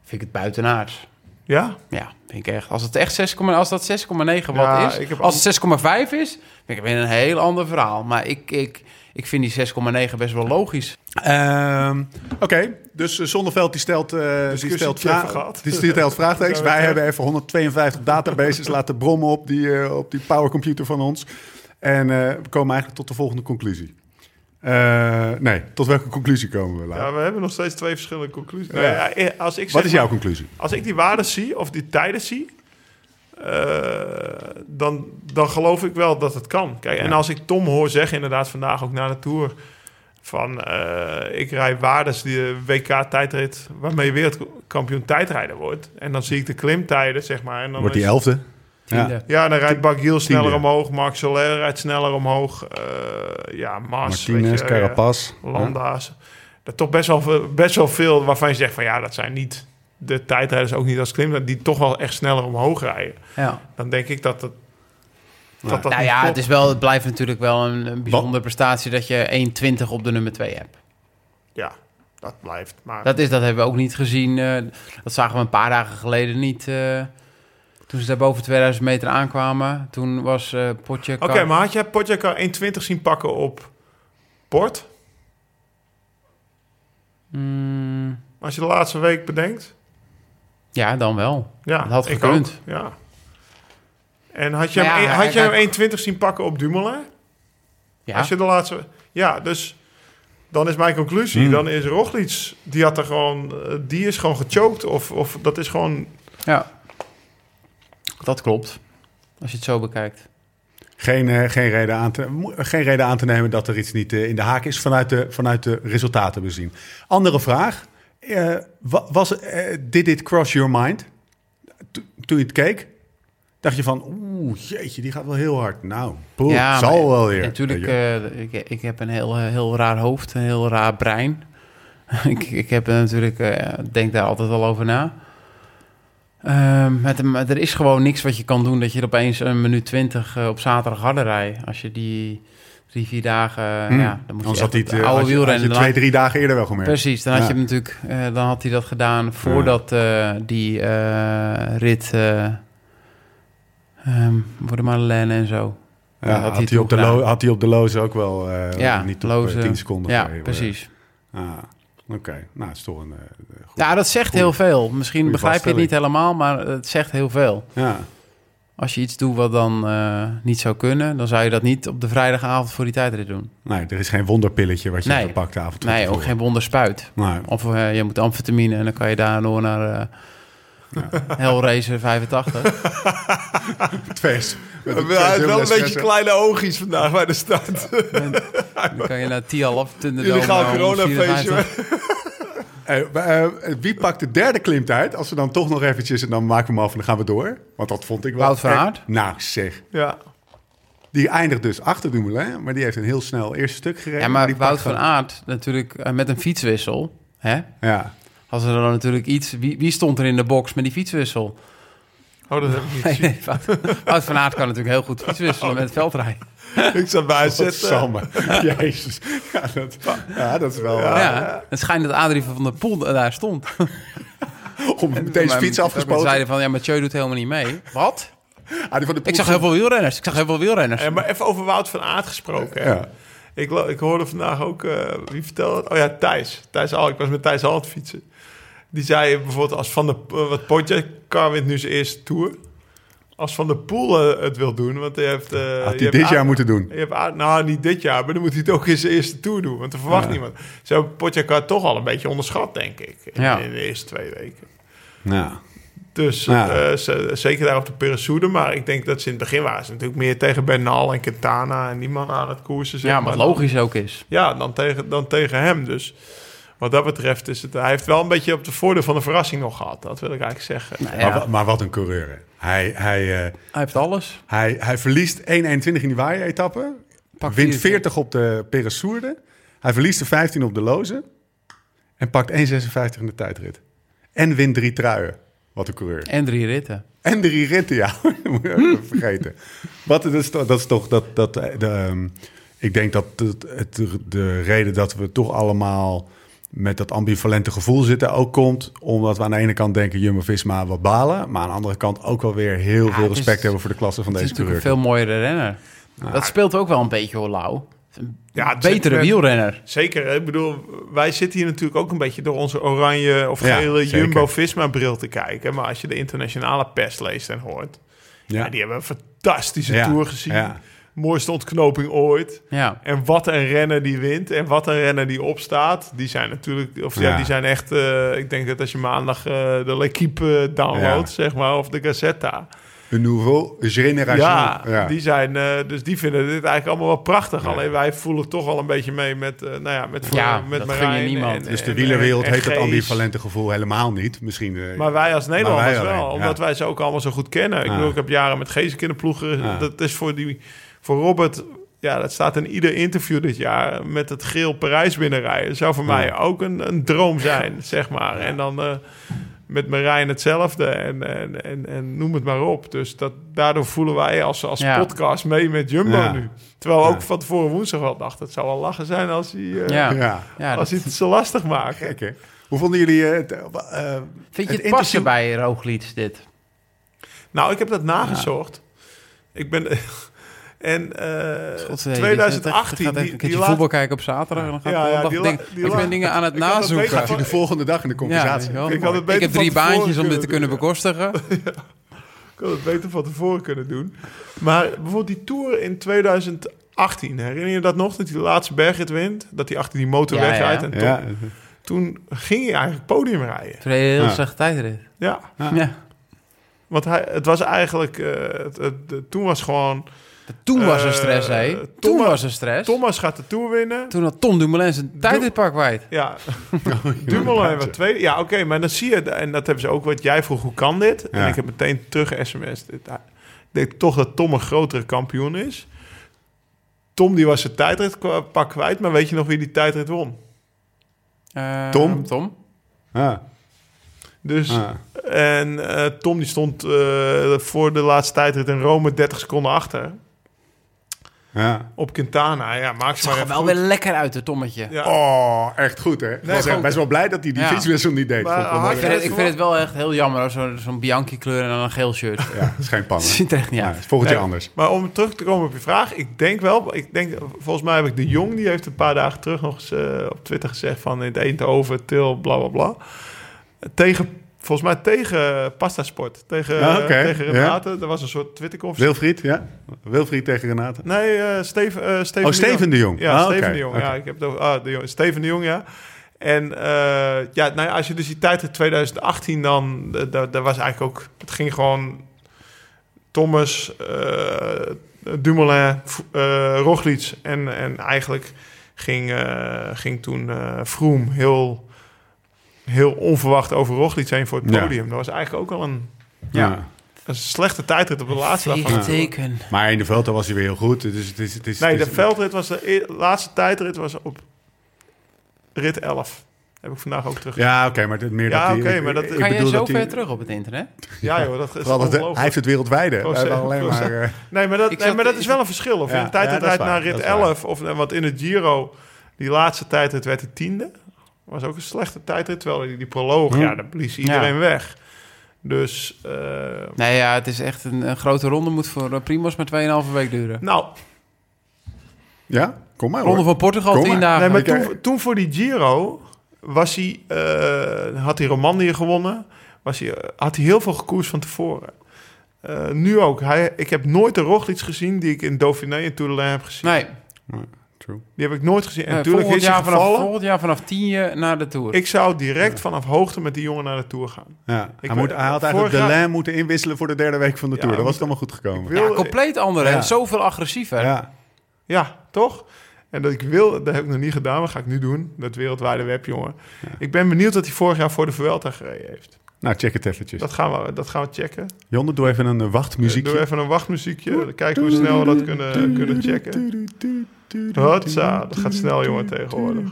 vind ik het buitenaards. Ja? Ja, denk ik echt. Als het echt 6, als dat 6,9 wat Ja, is, ik heb als het 6,5 is, ben ik weer een heel ander verhaal. Maar ik, ik, ik vind die 6,9 best wel logisch. Ehm, Oké, dus eh, Zonneveld die stelt, eh die Discussie stelt, die even vra- gehad. die stelt vraagtekens. Ja, we Wij hebben- hebben even 152 databases laten brommen op die, eh, op die powercomputer van ons. En eh, we komen eigenlijk tot de volgende conclusie. Eh, nee, tot welke conclusie komen we? Lau? Ja, we hebben nog steeds twee verschillende conclusies. Ja. Nou ja, eh, als ik zeg Wat is jouw conclusie? Als ik die waarden zie, of die tijden zie, eh, dan, dan geloof ik wel dat het kan. Kijk, en Ja. als ik Tom hoor zeggen, inderdaad vandaag ook na de Tour, van eh, ik rij waardes die eh, WK-tijdrit, waarmee je wereldkampioen tijdrijder wordt. En dan zie ik de klimtijden, zeg maar. En dan Wordt die is- elfde? Tiende. Ja. Ja, dan rijdt Bagiel sneller Tiende. omhoog, Max Soler rijdt sneller omhoog. eh, ja, Mars. weet Martinez, je, eh, Carapaz. Landa's. Dat toch best wel, veel- best wel veel waarvan je zegt van ja, dat zijn niet de tijdrijders, ook niet als klimmen, die toch wel echt sneller omhoog rijden. Ja. Dan denk ik dat dat. dat, dat nou niet ja, klopt. het, is wel, het blijft natuurlijk wel een, een bijzondere prestatie dat je 1,20 op de nummer 2 hebt. ja, dat blijft. Maar Dat, is, dat hebben we ook niet gezien. eh, dat zagen we een paar dagen geleden niet. eh, toen ze daar boven 2000 meter aankwamen, toen was eh Potje... Oké, maar had jij Podjakar 1,20 zien pakken op Port? Hmm. Als je de laatste week bedenkt. ja, dan wel. Ja, Dat had ik gekund. ook, Ja. En had je hem, Nou ja, een- hij- had je hem hij- 1,20 zien pakken op Dumoulin? Ja. Als je de laatste... Ja, dus dan is mijn conclusie. Hmm. Dan is Roglic, die had er gewoon... eh, Die is gewoon gechoked. Of, of dat is gewoon... Ja, dat klopt. Als je het zo bekijkt. Geen, eh, geen, reden aan te, mo- geen reden aan te nemen dat er iets niet eh, in de haak is vanuit de, vanuit de resultaten bezien. Andere vraag. Eh, wa- was, eh, did it cross your mind? To- toen je het keek, dacht je van... Oeh, jeetje, die gaat wel heel hard. Nou, poeh, ja, zal maar- wel weer. Natuurlijk, Weet je. eh, ik, ik heb een heel, eh, heel raar hoofd, een heel raar brein. ik, ik heb eh, natuurlijk, eh, denk daar altijd al over na. Ehm, het, maar er is gewoon niks wat je kan doen dat je er opeens een minuut 20 eh, op zaterdag harder rijdt. Als je die drie, vier dagen. eh, Hmm. Ja, dan moet Anders je echt had hij het het eh, oude had je- had je wielrennen twee, drie dagen eerder wel gemerkt. Precies, dan had Ja. je hem natuurlijk, eh, dan had hij dat gedaan voordat eh, die eh, rit eh ehm voor de Madeleine en zo. Ja, Ja, had had, hij hij op de toegedaan. lo- had hij op de loze ook wel eh, Ja, niet op loze- eh, 10 seconden ja, gereden. precies. Ah, Oké, nou, het is toch een eh, goed- Ja, dat zegt heel veel. Misschien goeie begrijp je het niet vaststelling. helemaal, maar het zegt heel veel. ja. Als je iets doet wat dan eh, niet zou kunnen, dan zou je dat niet op de vrijdagavond voor die tijdrit doen. Nee, er is geen wonderpilletje wat je Nee. even pakt de avond. van Nee, ook tevoren. geen wonderspuit. Nee. Of eh, je moet amfetamine en dan kan je daardoor naar eh Hellraiser 85. feest. Met We hadden wel een beetje kleine oogjes vandaag bij de stad. Dan kan je naar Tialaf, Tunderdome. Illegaal eh, coronafeestje. 154. Eh, wie pakt de derde klimtijd? Als we dan toch nog eventjes... en dan maken we hem af en dan gaan we door. Want dat vond ik wel... Wout van echt- Aert? Nou zeg. Ja. Die eindigt dus achter Dumoulin. Maar die heeft een heel snel eerste stuk gereden. Ja, maar die Wout pakt van dan- Aert natuurlijk eh, met een fietswissel. Hè? Ja. Als er dan natuurlijk iets... Wie, wie stond er in de box met die fietswissel? Oh, dat heb ik niet Nee, gezien. nee, Wout, Wout van Aert kan natuurlijk heel goed fietswisselen met veldrijden. Ik zat bij Dat AZ, eh, Samme. Jezus. Ja, dat, ja, dat is wel... Ja, eh, Het schijnt dat Adrie van der Poel daar stond. eh, om meteen zijn fiets Ze afgespoten. zeiden van, ja, Mathieu doet helemaal niet mee. Wat? Ah, die van de Ik Poel- zag heel veel wielrenners. Ik zag heel veel wielrenners. eh, maar even over Wout van Aert gesproken. hè. Ja. Ik, lo- ik hoorde vandaag ook, eh, wie vertelde het? Oh ja, Thijs. Thijs Al, ik was met Thijs Al aan het fietsen. Die zei bijvoorbeeld als Van de eh, wat Potje, Car wint nu zijn eerste Tour. Als Van der Poel eh, het wil doen, want hij heeft... eh, je Had hij hebt dit jaar Aad- moeten doen. Je hebt Aad- nou, niet dit jaar, maar dan moet hij het ook in zijn eerste Tour doen. Want er verwacht Ja. niemand. Ze hebben Potjakar toch al een beetje onderschat, denk ik. In, Ja. in de eerste twee weken. Ja. Dus Ja. eh, ze- zeker daar op de Peresoede. Maar ik denk dat ze in het begin waren. Ze natuurlijk meer tegen Bernal en Quintana en die man aan het koersen. zeg Ja, maar Dan- logisch ook is. ja, dan tegen, dan tegen hem. Dus wat dat betreft is het... Hij heeft wel een beetje op de voordeel van de verrassing nog gehad. Dat wil ik eigenlijk zeggen. Ja. Maar, wa- maar wat een coureur. hè. Hij, hij, eh, Hij heeft alles. Hij, hij verliest 1-21 in die waaien-etappe. Pakt Wint 40. 40 op de Peresourde. Hij verliest de 15 op de Loze. En pakt 1,56 in de tijdrit. En wint drie truien. Wat een coureur. En drie ritten. En drie ritten, ja. Dat moet je ook niet vergeten. Wat, dat, is, to- dat is toch... Dat, dat, eh, de, ehm, ik denk dat het, het- de reden dat we toch allemaal met dat ambivalente gevoel zitten ook komt. Omdat we aan de ene kant denken Jumbo-Visma wat balen. Maar aan de andere kant ook wel weer heel Ja, veel het is- respect hebben voor de klasse van Het is deze natuurlijk coureur. een veel mooiere renner. dat speelt ook wel een beetje hoor, Lau. Een Ja, het zit betere met- wielrenner. Zeker, hè? ik bedoel, wij zitten hier natuurlijk ook een beetje door onze oranje of Ja, gele zeker. Jumbo-Visma-bril te kijken. Maar als je de internationale pers leest en hoort, ja. die hebben een fantastische Ja, tour gezien. ja. Mooiste ontknoping ooit. Ja. En wat een renner die wint en wat een renner die opstaat. Die zijn natuurlijk, of ja, Ja. die zijn echt, eh, ik denk dat als je maandag eh, de L'Equipe eh, downloadt, zeg maar, of de Gazzetta. Een nouveau génération. Ja, Ja. die zijn, eh, dus die vinden dit eigenlijk allemaal wel prachtig. Alleen wij voelen toch al een beetje mee met, eh, nou ja, met, Ja, met dat gun je Marijn niemand. en- Dus de en- wielerwereld en heeft dat Gees. ambivalente gevoel helemaal niet. Misschien. eh, Maar wij als Nederlanders wij alleen, wel, ja. omdat wij ze ook allemaal zo goed kennen. Ik Ja. bedoel, ik heb jaren met Geesink in de ploeg. ge- Ja. Dat is voor, die, voor Robert, ja, dat staat in ieder interview dit jaar. Met het geel Parijs binnenrijden. Dat zou voor mij ook een, een droom zijn, zeg maar. En dan eh, met Marijn hetzelfde en, en, en, en noem het maar op. Dus dat, daardoor voelen wij als, als Ja. podcast mee met Jumbo Ja. nu. Terwijl we Ja. ook van tevoren woensdag wel dacht, het zou wel lachen zijn als hij, eh, Ja. ja. Ja, dat- als hij het zo lastig maakt. Kijk, hè. Hoe vonden jullie eh, het? eh, eh, Vind je Het het, passen interview- bij Roglic dit? Nou, ik heb dat nagezocht. Ik ben. En eh, Godzijdank, dit is echt- 2018. gaat even die, een die keertje laat- voetbal kijken op zaterdag. En dan gaat Ja, ja, ja, die la- ding, die ik la- ben dingen aan het ik had dat nazoeken. gaat hij de volgende dag in de Ja, compensatie? weet je wel. Ik had het ik beter heb van drie tevoren baantjes om dit te kunnen doen, kunnen bekostigen. Ik had het beter van tevoren kunnen doen. Maar bijvoorbeeld die tour in 2018. Herinner je dat nog? Dat hij de laatste bergrit wint. Dat hij achter die motor Ja, wegrijdt. ja. En Ja. toen, toen ging hij eigenlijk podium rijden. Toen reed hij een heel Ja. slecht tijdrit. Ja. Ja. Ja. Want hij, het was eigenlijk. eh, het, het- het- toen was gewoon. Toen was er Eh, stress, hé. Toen Thomas- was er stress. Thomas gaat de tour winnen. Toen had Tom Dumoulin zijn tijdritpak kwijt. Ja, Dumoulin wat tweede. Ja, oké, maar dan zie je... En dat hebben ze ook, wat jij vroeg, hoe kan dit? En Ja. ik heb meteen terug sms. Dit, ik denk toch dat Tom een grotere kampioen is. Tom die was zijn tijdrit kwa- pak kwijt, maar weet je nog wie die tijdrit won? Eh, Tom? Tom? Ah, Dus, ah. en eh, Tom die stond eh, voor de laatste tijdrit in Rome 30 seconden achter. Ja. Op Quintana, ja, maak ze maar Zag er even wel goed. weer lekker uit, het tommetje. Ja. Oh, echt goed, hè? Ik was echt goed. best wel blij dat hij die Ja. fietswissel niet deed. Maar ah, Vond ik wel mooi. Ik had je vind, dat het, ik vind het wel echt heel jammer, hoor. Zo- zo'n Bianchi-kleur en dan een geel shirt. Het Ja, dat is geen pannen. ziet er echt niet Ja, uit. volgend Nee, jaar anders. Maar om terug te komen op je vraag, ik denk wel, ik denk, volgens mij heb ik de Jong, die heeft een paar dagen terug nog eens eh, op Twitter gezegd van in het Eindhoven, Til, bla bla bla. Tegen, volgens mij tegen Pasta Sport, tegen, Ah, oké, tegen ja. Renate. Er was een soort Twitterconferentie. Wilfried, ja? Wilfried tegen Renate. Nee, eh Steven, eh, Steven Oh, Steven de Jong. Ja, Ah, Steven oké, de Jong. oké. Ja, ik heb het over, ah, de Jong. Steven de Jong, ja. En eh, ja, nou ja, als je dus die tijd in 2018 dan... eh, Daar daar was eigenlijk ook... Het ging gewoon Thomas, eh, Dumoulin, v- eh Roglic. En, en eigenlijk ging, eh, ging toen eh Vroom heel, heel onverwacht over Roglic heen voor het Ja. podium. Dat was eigenlijk ook al een, Ja. een slechte tijdrit op de laatste dag van de Tegen Tour. teken. Maar in de veld was hij weer heel goed. Dus het is, het is, Nee, het de is, veldrit was de e- laatste tijdrit was op rit 11. Heb ik vandaag ook terug. Ja, Ja, oké, maar het Ja, meer dat hij... oké, ik- maar dat- ik Kan je bedoel zo dat ver hij- terug op het internet? joh, dat is Vooral dat- hij heeft ongelooflijk. het wereldwijde. Wij Procent- hebben alleen maar... eh, Nee, maar dat, Ik nee, maar zat- dat is wel een verschil. Of Ja, je een tijdrit ja, dat is rijdt waar, naar rit dat is waar. 11. Of, want in het Giro, die laatste tijdrit werd de tiende. Was ook een slechte tijdrit. Terwijl die, die proloog, Hm. ja, daar blies iedereen Ja. weg. Dus, eh, Nee, ja, het is echt een, een grote ronde. Moet voor eh, Primoz maar 2,5 week duren. nou, ja, kom maar Ronde hoor. van Portugal, Kom 10 maar. dagen. Nee, maar Ik, eh, toen, toen voor die Giro was hij, eh, had hij Romandie gewonnen. Was hij, eh, had hij heel veel gekoers van tevoren. Eh, nu ook. Hij, ik heb nooit de Roglic gezien die ik in Dauphiné en Tourlain heb gezien. Nee, True. Die heb ik nooit gezien. En nee, natuurlijk volgend, is hij jaar vanaf, gevallen. volgend jaar vanaf 10 jaar naar de Tour. Ik zou direct vanaf hoogte met die jongen naar de Tour gaan. Ja. Ik Hij, moet, weet- hij had eigenlijk de vorig jaar- lijn moeten inwisselen voor de derde week van de Ja, Tour. hij Dat was moet- het allemaal goed gekomen. wil- ja, compleet ander. Ja. En zoveel agressiever. Ja. Ja, toch? En dat ik wil, dat heb ik nog niet gedaan, maar ga ik nu doen. Dat wereldwijde web, jongen. Ik ben benieuwd wat hij vorig jaar voor de Vuelta gereden heeft. Nou, check het eventjes. Dat gaan we, dat gaan we checken. Jonne, doe even een eh, wachtmuziekje. Doe even een wachtmuziekje. Dan kijken we hoe snel we dat kunnen, kunnen checken. Hotsa, dat gaat snel, jongen, tegenwoordig.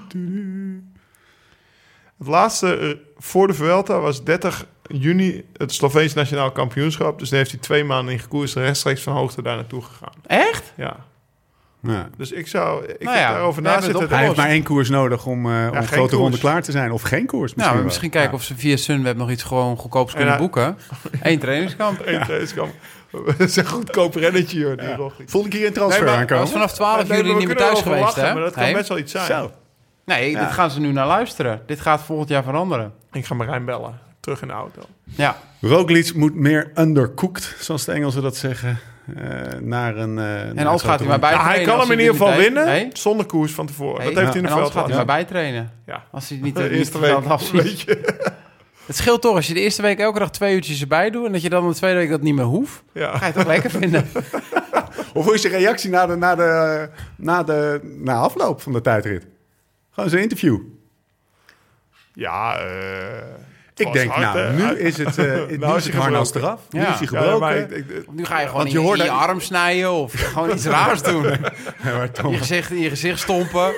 Het laatste eh, voor de Vuelta was 30 juni het Sloveens Nationaal Kampioenschap. Dus daar heeft hij twee maanden in gekoerst rechtstreeks van hoogte daar naartoe gegaan. Echt? Ja. Ja. Dus ik zou ik Nou heb ja, daarover we na hebben het zitten. opgelost. Hij heeft maar één koers nodig om, eh, om geen grote koers. ronde klaar te zijn. Of geen koers misschien nou, wel. misschien kijken Ja. of ze via Sunweb nog iets gewoon goedkoops En kunnen hij- boeken. Eén trainingskamp. Eén trainingskamp. Dat is een goedkoop rennetje, joh. Die nog. Voelde ik hier een transfer Nee, maar Hij aankomen? was vanaf 12 Nee, uur maar we niet meer kunnen thuis erover geweest, lachen, hè? Maar dat kan Hey? best wel iets zijn. Zo. Nee, Ja. dit gaan ze nu naar luisteren. Dit gaat volgend jaar veranderen. Ik ga Marijn bellen. Terug in de auto. Ja, Roglic moet meer undercooked, zoals de Engelsen dat zeggen. eh, naar een, eh, naar en een anders gaat grote hij maar bij Nou, hij kan hem in ieder geval winnen. Zonder koers van tevoren. dat heeft hij in en de anders veld gaat hij maar laten. bijtrainen. Ja. Als hij het niet De eh, niet eerste van het veld week, afziet. weet je. Het scheelt toch als je de eerste week elke dag twee uurtjes erbij doet... en dat je dan de tweede week dat niet meer hoeft. Ja. Ga je het toch lekker vinden? Of hoe is je reactie na de, na, de, na, de, na afloop van de tijdrit? Gewoon zo'n interview. Ja, eh, het Ik was denk, hard, hè. nou, nu is het, eh nu is hij het harnas gebroken. eraf. Nu Ja. is hij Ja, gebroken. maar ik- ik- Nu ga je gewoon Want je in, hoort in je dat- arm snijden of gewoon iets raars doen. In Ja, maar Tom- je gezicht, in je gezicht stompen.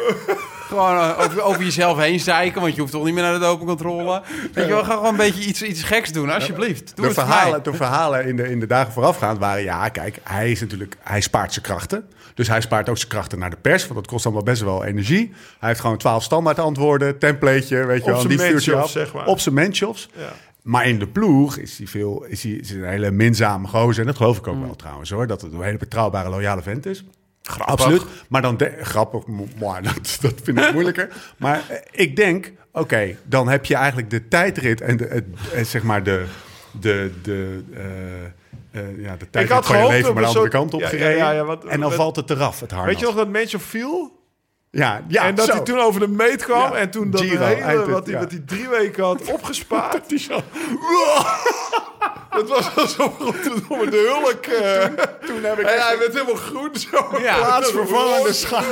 Gewoon eh, over, over jezelf heen zeiken, want je hoeft toch niet meer naar de dopencontrole. Weet je wel, ga gewoon een beetje iets, iets geks doen, alsjeblieft. Doe de, het voor verhalen, mij. de verhalen in de, in de dagen voorafgaand waren... ja, kijk, hij is natuurlijk... hij spaart zijn krachten. Dus hij spaart ook zijn krachten naar de pers... want dat kost allemaal best wel energie. Hij heeft gewoon twaalf standaard antwoorden, templateje... weet je wel, zijn en die stuurt hij mensjofs, af. zeg maar. Op zijn mensjofs. Ja. Maar in de ploeg is hij veel, is hij is hij een hele minzame gozer. En dat geloof Mm. ik ook wel trouwens hoor. Dat het een hele betrouwbare, loyale vent is. Absoluut. Maar dan de- grappig, mo- maar dat, dat vind ik moeilijker. maar eh, ik denk, oké, dan heb je eigenlijk de tijdrit en de, het, eh, zeg maar de, de, de, eh, eh, ja, de tijdrit had van je gehoopt leven op een maar de andere soort- kant op ja, ja, gereden. ja, ja, wat- en dan wat- valt het eraf, het harnas. Weet je nog dat mensje viel? Ja, ja en dat zo. hij toen over de meet kwam. Ja. En toen dat Giro, hele, eindpunt, wat hij ja. met die drie weken had opgespaard. Het was alsof Rotterdam de hulk. eh, Toen heb ik en hij werd helemaal groen zo. Ja, plaatsvervangende schaam.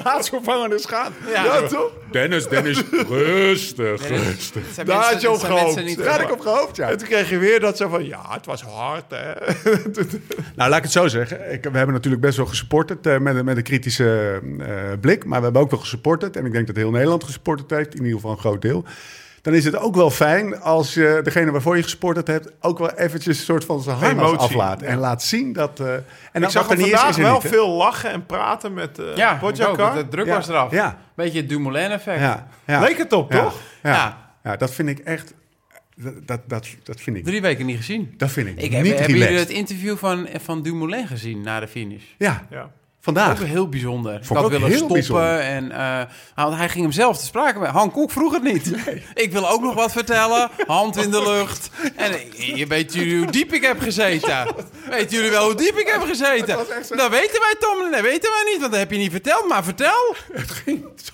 Plaatsvervangende schaam. Ja. Ja, toch? Dennis, Dennis, rustig, rustig. Het zijn Daar mensen- had je op het zijn mensen gehoopt. niet- Daar had ik op gehoopt, ja. En toen kreeg je weer dat zo van, ja, het was hard, hè. Nou, laat ik het zo zeggen. Ik, we hebben natuurlijk best wel gesupported eh, met, een- met een kritische eh, blik. Maar we hebben ook wel gesupported. En ik denk dat heel Nederland gesupported heeft. In ieder geval een groot deel. Dan is het ook wel fijn als je degene waarvoor je gesupported hebt... ook wel eventjes een soort van zijn harnas Emotie. aflaat. En laat zien dat... eh, en ik dat zag wat er hem niet is, Nou, vandaag is er wel niet, hè? veel lachen en praten met eh Ja, ik ook, Podjakar. want de druk Ja. was eraf. Ja. Beetje het Dumoulin-effect. Ja, ja. Leek het op, Ja, toch? Ja. Ja. Ja. dat vind ik echt... Dat, dat, dat, dat vind ik, Drie weken niet gezien. dat vind ik, Ik heb, niet hebben jullie relaxed. het interview van, van Dumoulin gezien na de finish? Ja, Ja. vandaag. Ook heel bijzonder. Vond ik dat ook willen heel stoppen. bijzonder. En, eh, want hij ging hem zelf te sprake brengen. Han Koek vroeg het niet. Ik wil ook nog wat vertellen. Hand in de lucht. En eh, je weet jullie hoe diep ik heb gezeten. Weet jullie wel hoe diep ik heb gezeten? Dat weten wij, Tom. Dat weten wij niet, want dat heb je niet verteld. Maar vertel. Zo ging het.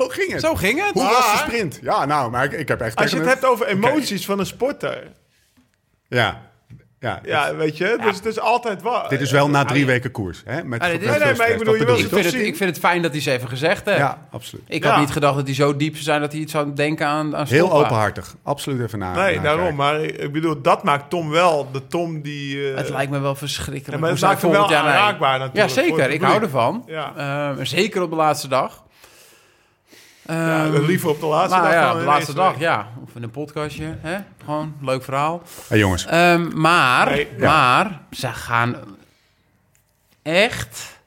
Zo ging het. Hoe was de Maar- sprint? Ja, nou, maar ik, ik heb echt... Als je tegen het een- hebt over emoties van een sporter. Ja. Ja, Ja, weet je, dus het is altijd waar. Dit is wel na drie weken koers. Hè? Met Ah, dit is- met Nee, nee, maar ik dat bedoel, je wil ik, ik. ze- vind het, ik vind het fijn dat hij ze even gezegd heeft. Ja, absoluut. Ik Ja. had niet gedacht dat hij zo diep zou zijn dat hij iets zou denken aan, aan Heel stoppen. openhartig. Absoluut even na. Nee, nakijken. daarom. Maar ik ik bedoel, dat maakt Tom wel de Tom die... eh, Het lijkt me wel Ja, verschrikkelijk. maar Hoe het zou maakt hem volgend wel jaar rijden? aanraakbaar natuurlijk. Ja, voor het zeker. Ik publiek. hou ervan. Ja. Ehm, zeker op de laatste dag. Ja, Ehm, liever op de laatste maar dag. ja, dan op de in laatste deze dag, week. ja. Of in een podcastje. Hè? Gewoon, leuk verhaal. Hey, jongens, Ehm, maar, Nee, ja. maar, ze gaan echt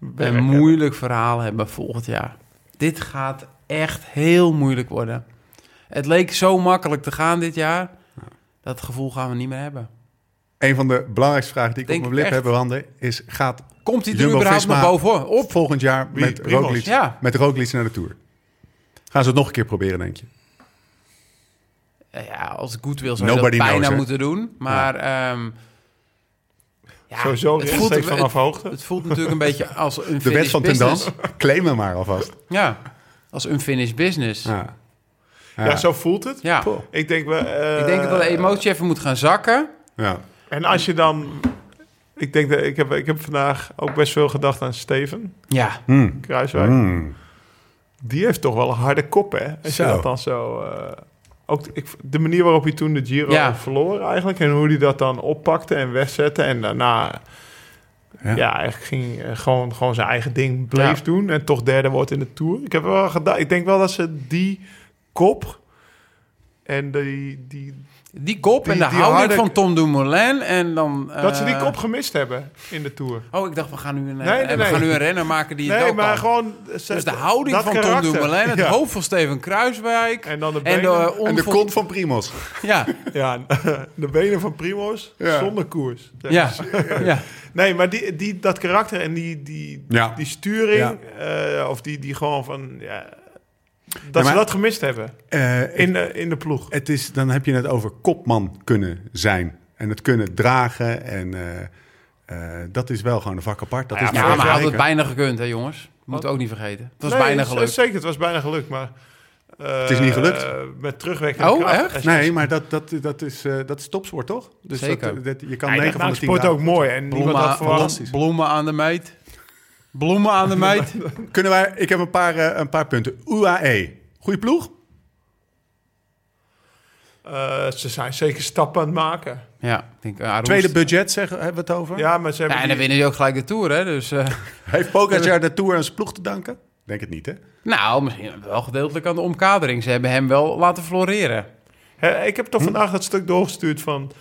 een hebben. moeilijk verhaal hebben volgend jaar. Dit gaat echt heel moeilijk worden. Het leek zo makkelijk te gaan dit jaar. Dat gevoel gaan we niet meer hebben. een van de belangrijkste vragen die ik Denk op ik mijn lip echt. heb, Wander, is gaat Komt hij er Jumbo überhaupt nog Visma bovenop? op volgend jaar Wie? met Primoz? Roglic, Ja. met Roglic naar de Tour? Gaan ze het nog een keer proberen, denk je? Ja, als Goodwill zou je dat Nobody bijna knows, hè? moeten doen. Maar ehm, ja, Sowieso het voelt, rechtstreeks vanaf het, hoogte. het voelt natuurlijk een beetje als een De wet van Tendam? business. Claim hem maar alvast. Ja, als een finish business. Ja. Ja. Ja, zo voelt het. Poh. Ik denk, we, eh, Ik denk dat de emotie even moet gaan zakken. Ja. En als je dan... Ik, denk dat, ik, heb, ik heb vandaag ook best veel gedacht aan Steven Ja, Hmm. Kruiswijk. Hmm. Die heeft toch wel een harde kop, hè? Als Zo. je dat dan zo... eh, ook ik, de manier waarop hij toen de Giro Ja. verloor eigenlijk... en hoe hij dat dan oppakte en wegzette... en daarna Ja. ja. eigenlijk ging, eh, gewoon, gewoon zijn eigen ding bleef Ja. doen... en toch derde wordt in de Tour. Ik, heb wel gedacht, ik denk wel dat ze die kop... eh, En die, die, Die kop en Die- de die houding harde- van Tom Dumoulin en dan... eh, dat ze die kop gemist hebben in de Tour. Oh, ik dacht, we gaan nu een, nee, eh, we nee. gaan nu een renner maken die het Nee, wel maar kan. gewoon... ze- dus de houding dat van karakter. Tom Dumoulin, het ja. hoofd van Steven Kruiswijk... En dan de en benen. eh, En de onvol- kont van Primos. Ja, Ja, de benen van Primoz Ja. zonder koers. ja, ja. Nee, maar die, die, dat karakter en die, die, Ja. die sturing, Ja. eh, of die, die gewoon van... Ja, dat maar- ze dat gemist hebben Eh, in, de- in de ploeg. het is, dan heb je het over kopman kunnen zijn. En het kunnen dragen. En eh, eh, dat is wel gewoon een vak apart. Dat Ja, is Ja, maar had vergelijken. het bijna gekund, hè jongens? Moeten we ook niet vergeten. Het was Nee, bijna z- gelukt. Zeker, het was bijna gelukt, maar... eh, Het is niet gelukt. eh, met terugwerkende Oh, kracht. echt? En- Nee, maar dat, dat, dat, is, eh, dat is topsport, toch? Dus Zeker. Dat, dat- je kan Ja, ik 9 dacht, van nou, de 10 sport ook mooi en niemand had verwacht. fantastisch. bloemen aan de meid. Bloemen aan de meid. Kunnen wij, ik heb een paar, eh, een paar punten. UAE, goede ploeg? Eh, ze zijn zeker stappen aan het maken. Ja, ik denk, eh, Aroest. Tweede budget, zeggen, hebben we het over? Ja, maar ze hebben Ja, en die- dan winnen ze ook gelijk de Tour, hè? Dus, eh, Heeft Pogacar de Tour aan zijn ploeg te danken? Denk het niet, hè? nou, misschien wel gedeeltelijk aan de omkadering. Ze hebben hem wel laten floreren. Hè, ik heb Hm? toch vandaag dat stuk doorgestuurd van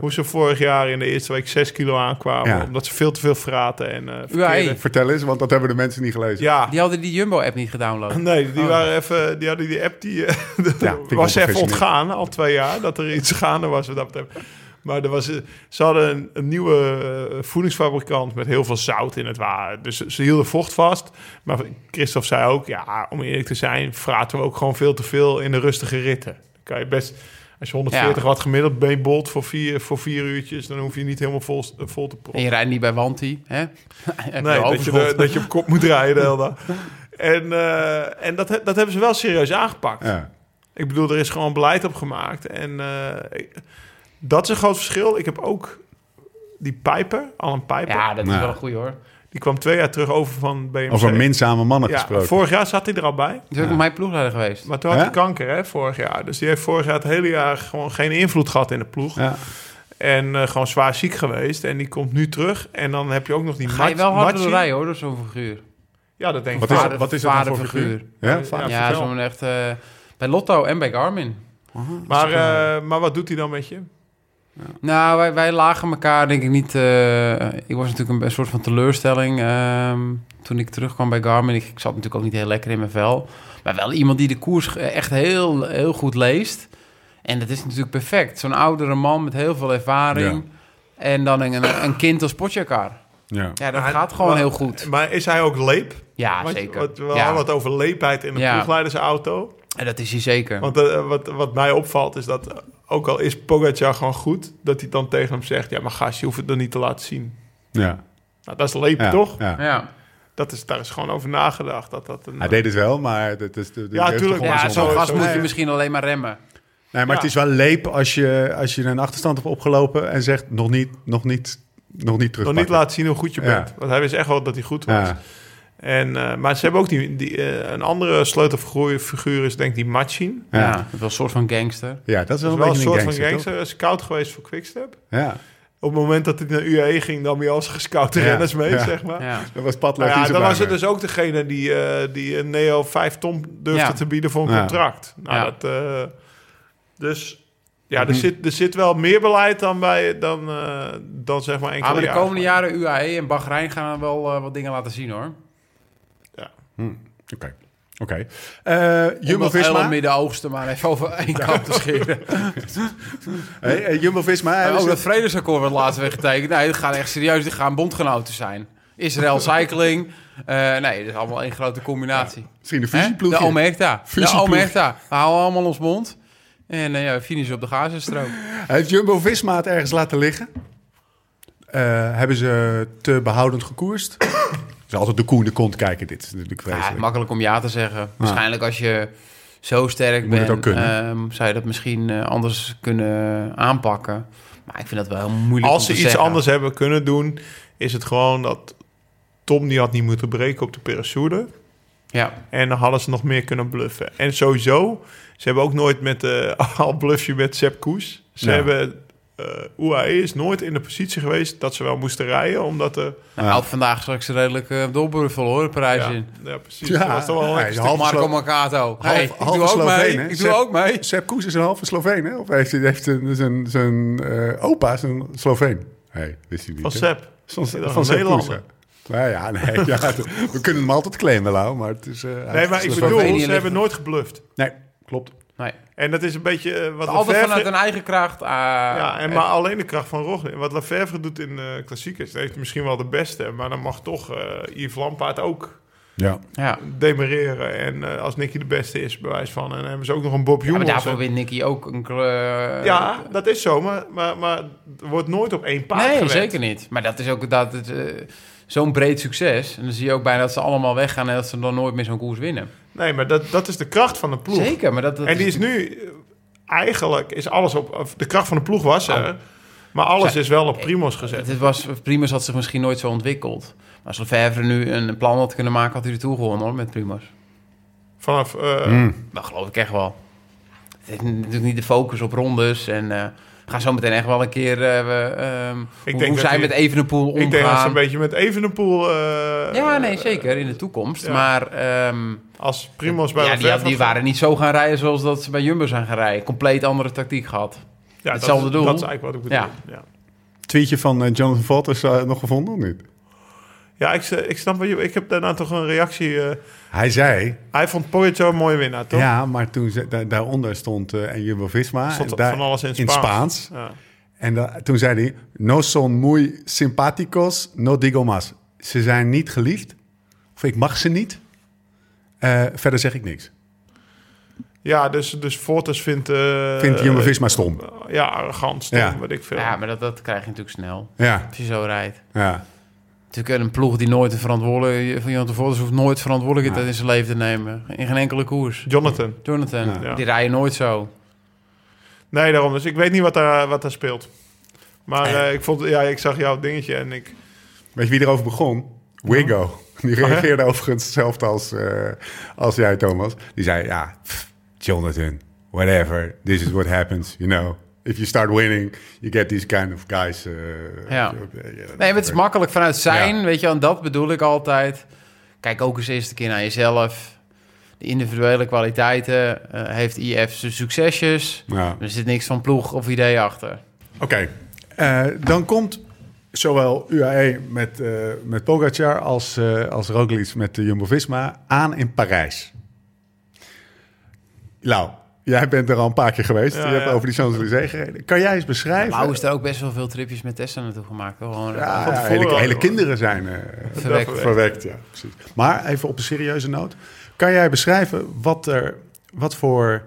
hoe ze vorig jaar in de eerste week 6 kilo aankwamen. Ja. Omdat ze veel te veel fraten en eh verkeerde- Vertel eens, want dat hebben de mensen niet gelezen. Ja, Die hadden die Jumbo-app niet gedownload. nee, die, waren even, die hadden die app, die eh, dat Oh. Ja, vind ik was wel even ontgaan al twee jaar. Dat er iets gaande was wat dat betreft. Maar er was, eh, ze hadden een, een nieuwe eh, voedingsfabrikant met heel veel zout in het water. Dus ze- ze hielden vocht vast. Maar Christophe zei ook, ja, om eerlijk te zijn, fraten we ook gewoon veel te veel in de rustige ritten. Dan kan je best, als je 140 Ja. watt gemiddeld beenbolt voor vier, voor vier uurtjes, dan hoef je niet helemaal vol, eh, vol te proppen. En je rijdt niet bij Wanti, hè? Nee, Heb je dat je, overschot. de- dat je op kop moet rijden de hele dag. En, eh, en dat, he- dat hebben ze wel serieus aangepakt. Ja. Ik bedoel, er is gewoon beleid op gemaakt. En eh, ik- dat is een groot verschil. Ik heb ook die Pijper, Alan Pijper. Ja, dat is Nou. wel een goeie, hoor. Die kwam twee jaar terug over van BMC. Over minzame mannen ja, gesproken. Vorig jaar zat hij er al bij. Die is ook mijn ploegleider geweest. Maar toen had Ja? hij kanker, hè, vorig jaar. Dus die heeft vorig jaar het hele jaar gewoon geen invloed gehad in de ploeg. Ja. En eh, gewoon zwaar ziek geweest. En die komt nu terug. En dan heb je ook nog die Ga je Mat- wel harder Matsi. door rijden, hoor, door zo'n figuur. Ja, dat denk ik Wat is, wel. dat- wat is dat dan voor Vader figuur? figuur. Ja? Ja, Ja, vertel. zo'n echt... eh, bij Lotto en bij Garmin. Maar, eh, maar wat doet hij dan met je? Nou, wij, wij lagen elkaar denk ik niet. eh, ik was natuurlijk een, een soort van teleurstelling ehm, toen ik terugkwam bij Garmin. Ik, ik zat natuurlijk ook niet heel lekker in mijn vel. Maar wel iemand die de koers eh, echt heel, heel goed leest. En dat is natuurlijk perfect. Zo'n oudere man met heel veel ervaring. En dan een, een, een kind als potjakar. Ja. Ja, dat Maar- gaat gewoon maar- heel goed. Maar is hij ook leep? Ja, Want- zeker. want we ja, hadden het over leepheid in de Ja. ploegleidersauto. en dat is hij zeker. Want eh, wat, wat mij opvalt is dat, eh, ook al is Pogacar gewoon goed... dat hij dan tegen hem zegt, ja, maar gast, je hoeft het dan niet te laten zien. Ja. Nou, dat is leep, Ja. toch? Ja. ja. Dat is, daar is gewoon over nagedacht. Dat, dat een, Hij deed het wel, maar... Dat is, dat- Ja, dat- tuurlijk. dat- ja, zo- zo'n gast zo- moet je nee. misschien alleen maar remmen. Nee, maar Ja. het is wel leep als je, als je een achterstand hebt opgelopen en zegt nog niet, nog niet, nog niet nog terugpakken. niet laten zien hoe goed je Ja. bent. Want hij wist echt wel dat hij goed was. Ja. En, eh, maar ze hebben ook die, die, eh, een andere sleutelfiguur is denk ik die Machin. Ja. Ja. dat is wel een soort van gangster. Ja, dat is wel Dat een is wel een beetje soort gangster, van gangster. Hij is koud geweest voor Quickstep. toch? Ja. Op het moment dat hij naar UAE ging, nam hij al zijn gescouten Ja, renners mee, ja. zeg maar. Ja. Dat was Padler Nou ja, dan was Giezenbauer. het dus ook degene die, eh, die een Neo 5 ton durfde Ja. te bieden voor een Ja. contract. Nou, Ja. dat, eh, dus ja, Hm. er, zit, er zit wel meer beleid dan bij dan, eh, dan zeg maar enkele Oh, Ah, maar de jaren komende geleden. jaren UAE en Bahrein gaan wel eh, wat dingen laten zien hoor. Oké. dus- Oké. Eh, Jumbo-Visma. Midden-Oosten maar even over één kant te scheren. Hey, eh, Jumbo-Visma. Oh, hebben ook ze- dat vredesakkoord wat laatst weer getekend. Nee, dat gaan echt serieus, dit gaan bondgenoten zijn. Israël Cycling. Eh, nee, dat is allemaal één grote combinatie. Misschien de Hè? De fusieploegje. Omerta. De Fusieploeg. Omerta. We houden allemaal ons mond. En eh ja, we finishen op de Gazastrook. Heeft Jumbo-Visma het ergens laten liggen? Eh, hebben ze te behoudend gekoerst? Ze altijd de koe in de kont kijken. Dit is natuurlijk Ja, vreselijk. makkelijk om ja te zeggen. Waarschijnlijk als je zo sterk Moet het bent, ook kunnen. ehm, zou je dat misschien eh, anders kunnen aanpakken. Maar ik vind dat wel heel moeilijk Als om ze te iets zeggen. anders hebben kunnen doen, is het gewoon dat Tom die had niet moeten breken op de parachute. Ja. En dan hadden ze nog meer kunnen bluffen. En sowieso, ze hebben ook nooit met eh al bluffje met Sepp Koes. Ze Ja. hebben eh, UAE is nooit in de positie geweest dat ze wel moesten rijden, omdat de... Nou, Alp vandaag straks redelijk eh doorbuffel hoor, Parijs Ja, in. ja, precies. Dat was toch wel ja, een hij is extra- halve Marco Slo- Mercato. Hey, ik halve doe ook Sloveen, mee. hè? Ik doe Sepp- ook mee. Sepp Koes is een halve Sloveen, hè? Of heeft, hij- heeft zijn, zijn, zijn eh, opa is een Sloveen? Hey, wist hij niet, van hè? Sepp. Van, Dat is van een Sepp Koes, Nederlander. hè? Nou ja, nee, ja, het- we kunnen hem altijd claimen, Lau, maar het is... eh, hij Nee, is maar ik Sloveen. bedoel, Slovenië ze ligt- hebben nooit gebluft. Nee, klopt. Nee. En dat is een beetje eh, wat Altijd Lefevre- vanuit een eigen kracht. ah, Ja, en maar alleen de kracht van Roglic. En Wat Lefevre doet in eh klassiekers, dat heeft hij misschien wel de beste. Maar dan mag toch eh Yves Lampaard ook Ja. ja. demereren. En eh, als Nicky de beste is, bewijs van. En dan hebben ze ook nog een Bob Ja, maar Jongels. daarvoor wint Nicky ook een... kleur. Ja, dat is zo. Maar, maar, maar er wordt nooit op één paard Nee, gewerkt. zeker niet. Maar dat is ook dat het, eh, zo'n breed succes. En dan zie je ook bijna dat ze allemaal weggaan en dat ze dan nooit meer zo'n koers winnen. Nee, maar dat, dat is de kracht van de ploeg. Zeker, maar dat, dat En die is nu... eh, Eigenlijk is alles op... of De kracht van de ploeg was er. Maar alles Oh. Zij- is wel op Primos gezet. Het was, Primus had zich misschien nooit zo ontwikkeld. Maar als Lefebvre nu een plan had kunnen maken, had hij er toe gewonnen hoor, met Primus. Vanaf... eh, Dat geloof ik echt wel. Het is natuurlijk niet de focus op rondes en... eh, we gaan zo meteen echt wel een keer eh, we, ehm, denk hoe, hoe dat zij die- met Evenepoel omgaan. Ik denk dat ze een beetje met Evenepoel... eh ja, nee, zeker, in de toekomst. ja. Maar ehm, Als Primos bij ja, die, Lefevre- had- die waren niet zo gaan rijden zoals dat ze bij Jumbo zijn gaan rijden. Compleet andere tactiek gehad. Ja, hetzelfde dat, is- doel. Dat is eigenlijk wat ik bedoel. Ja, ja. Tweetje van eh, Jonathan Valters eh, nog gevonden of niet? ik, s- ik snap wat je... Ik heb daarna toch een reactie... eh, Hij zei, hij vond Pogacar een mooie winnaar, toch? ja, maar toen ze, da- daaronder stond eh en Jumbo-Visma. Ah, Stond en er van alles in Spaans. Ja. En da- toen zei hij, no son muy simpáticos, no digo más. Ze zijn niet geliefd, of ik mag ze niet. Eh, verder zeg ik niks. Ja, dus, dus Fortes vindt... eh Vindt Jumbo-Visma stom. Ja, arrogant, stom, Ja. weet ik veel. Ja, maar dat, dat krijg je natuurlijk snel. Ja, Als je zo rijdt. ja. Natuurlijk een ploeg die nooit een verantwoordelijkheid... Van Jonathan Volders hoeft nooit verantwoordelijkheid in zijn leven te nemen. In geen enkele koers. Jonathan. Jonathan, Ja. Ja. die rijden nooit zo. Nee, daarom. Dus ik weet niet wat daar, wat daar speelt. Maar eh, ik, vond, ja, ik zag jouw dingetje en ik... Weet je wie erover begon? Oh. Wigo. Die reageerde overigens hetzelfde als, eh, als jij, Thomas. Die zei, ja, pff, Jonathan, whatever. This is what happens, you know. If you start winning, you get these kind of guys. eh, Ja. eh, ja, Nee, maar het is makkelijk vanuit zijn. Ja. Weet je, en dat bedoel ik altijd. Kijk ook eens eerst een keer naar jezelf. De individuele kwaliteiten. eh, heeft IF zijn succesjes. Ja. Er zit niks van ploeg of idee achter. Oké, eh, dan komt zowel UAE met, eh met Pogacar als, eh als Roglic met de Jumbo-Visma aan in Parijs. Lau, jij bent er al een paar keer geweest. Ja, je hebt ja. Nou, over die Champs-Élysées gereden. Kan jij eens beschrijven? Lau is er ook best wel veel tripjes met Tessa naartoe gemaakt. hoor. Gewoon, eh, Ja, Van ja, tevoren hele, al, hele hoor. kinderen zijn eh, Verwekt. verwekt. ja, precies. Maar even op een serieuze noot. Kan jij beschrijven wat er, wat voor,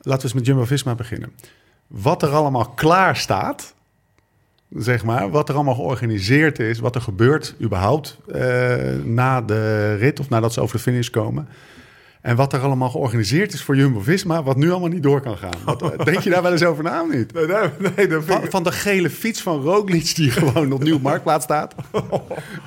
laten we eens met Jumbo-Visma beginnen. Wat er allemaal klaar staat, zeg maar, wat er allemaal georganiseerd is, wat er gebeurt überhaupt eh, na de rit of nadat ze over de finish komen. En wat er allemaal georganiseerd is voor Jumbo-Visma, wat nu allemaal niet door kan gaan. Wat, denk je daar wel eens over na of niet? Nee, nee, nee dat vind Van, ik... van de gele fiets van Roglic die gewoon op nieuw marktplaats staat.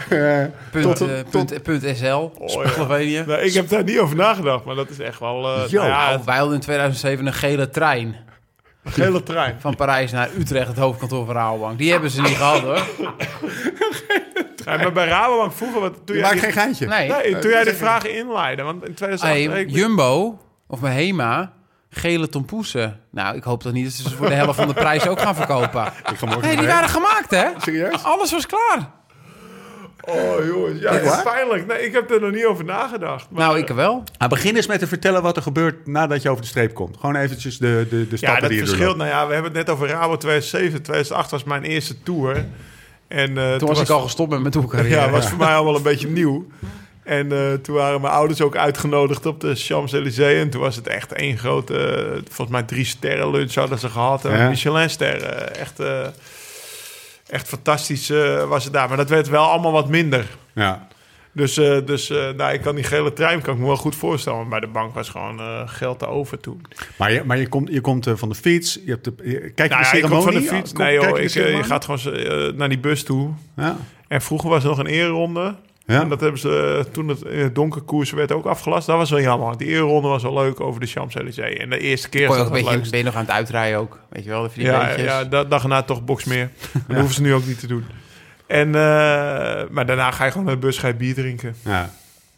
Eh, punt, tot, eh, tot- Oh, punt, punt SL, ja. Slovenië. Nee, ik heb daar niet over nagedacht, maar dat is echt wel... eh nou Yo. ja, Nou, wij hadden in 2007 een gele trein een gele trein. van Parijs naar Utrecht, het hoofdkantoor van Rabobank. Die hebben ze niet gehad, hoor. Ja, maar bij Rabobank vroeger... Wat, toen Je jij maakt die- geen geintje. Nee, Nee, toen jij de vraag inleidde, want in 2008... Hey, ik- Jumbo, of mijn Hema, gele tompoesen. Nou, ik hoop toch niet dat ze ze voor de helft van de prijs ook gaan verkopen. Ik ga morgen Nee, die naar- waren gemaakt, hè? Serieus? Alles was klaar. Oh, jongens. Ja, Echt dat is waar? pijnlijk. Nee, ik heb er nog niet over nagedacht. Maar, Nou, ik wel. Maar begin eens met te vertellen wat er gebeurt nadat je over de streep komt. Gewoon eventjes de, de, de stappen ja, dat die je verschilt. doorloopt. Nou ja, we hebben het net over Rabo 2007. 2008 was mijn eerste tour. En, eh, Toen was ik al gestopt met mijn toercarrière. Ja, was voor mij al wel een beetje nieuw. En eh, toen waren mijn ouders ook uitgenodigd op de Champs-Élysées. En toen was het echt één grote, eh, volgens mij drie sterren lunch hadden ze gehad. En Ja. Michelin-sterren. Echt, eh, echt fantastisch eh, was het daar. Maar dat werd wel allemaal wat minder. Ja. Dus, eh, dus eh, nou, ik kan die gele trein kan ik me wel goed voorstellen. Maar bij de bank was gewoon eh, geld te over toen. Maar, je, maar je komt, je komt eh, van de fiets. Je hebt de, je- kijk je Nou de ja, ik kom ceremonie? van de fiets. Kom- Nee joh, kijk je ik, de eh, je ceremonie? gaat gewoon eh, naar die bus toe. Ja. En vroeger was er nog een ereronde. Ja. En dat hebben ze eh, toen het in het donker koers werd ook afgelast. Dat was wel jammer. Die eerronde was wel leuk over de Champs-Élysées. En de eerste keer Kon was je ook dat een het beetje, leukst. ben je nog aan het uitrijden ook? Weet je wel, even die Ja, beentjes. ja da- dag erna toch box meer. Dat hoeven ze nu ook niet te doen. En, eh, maar daarna ga je gewoon naar de bus, ga je bier drinken. Ja.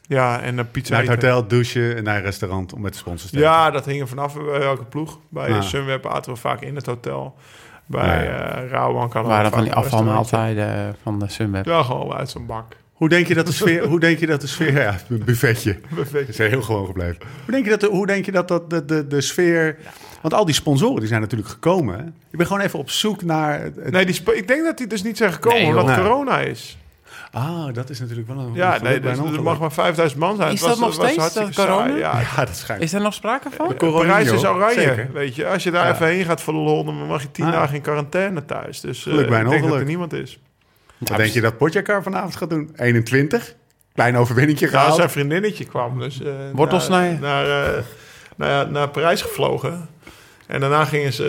Ja, en een pizza Naar het eten. hotel, douchen en naar een restaurant om met de sponsors te eten. Ja, dat hing er vanaf bij elke ploeg. Bij Ja. Sunweb aten we vaak in het hotel. Bij Ja, eh Rawan kan We waren van die afvalmaaltijden van de Sunweb. Ja, gewoon uit zo'n bak. Hoe denk je dat de sfeer... hoe denk je dat de sfeer ja, een buffetje. Perfect. Dat is heel gewoon gebleven. Hoe denk je dat, de, hoe denk je dat, dat de, de, de sfeer... Want al die sponsoren die zijn natuurlijk gekomen. hè? Ik ben gewoon even op zoek naar... het- het- Nee, die sp- ik denk dat die dus niet zijn gekomen Nee, joh. omdat Nee. corona is. Ah, dat is natuurlijk wel een Ja, een nee, geluk bij dus, een er ongeluk. mag maar 5000 man zijn. Is Het was- dat nog het was steeds, hartstikke dat corona? saai, Ah, Ja, Ja, dat schijnt. Is daar nog sprake van? Corona, Parijs is dus joh. oranje, Zeker. weet je. Als je daar Ja. even heen gaat voor de lol, dan mag je tien Ah. dagen in quarantaine thuis. Dus eh, Geluk bij een ik denk dat er ongeluk. niemand is. Wat denk je dat Potjakar vanavond gaat doen? 21? Klein overwinningje Ja, gehaald. zijn vriendinnetje kwam dus eh, Wortel naar- snijden. Naar, eh, naar, naar Parijs gevlogen. En daarna gingen ze...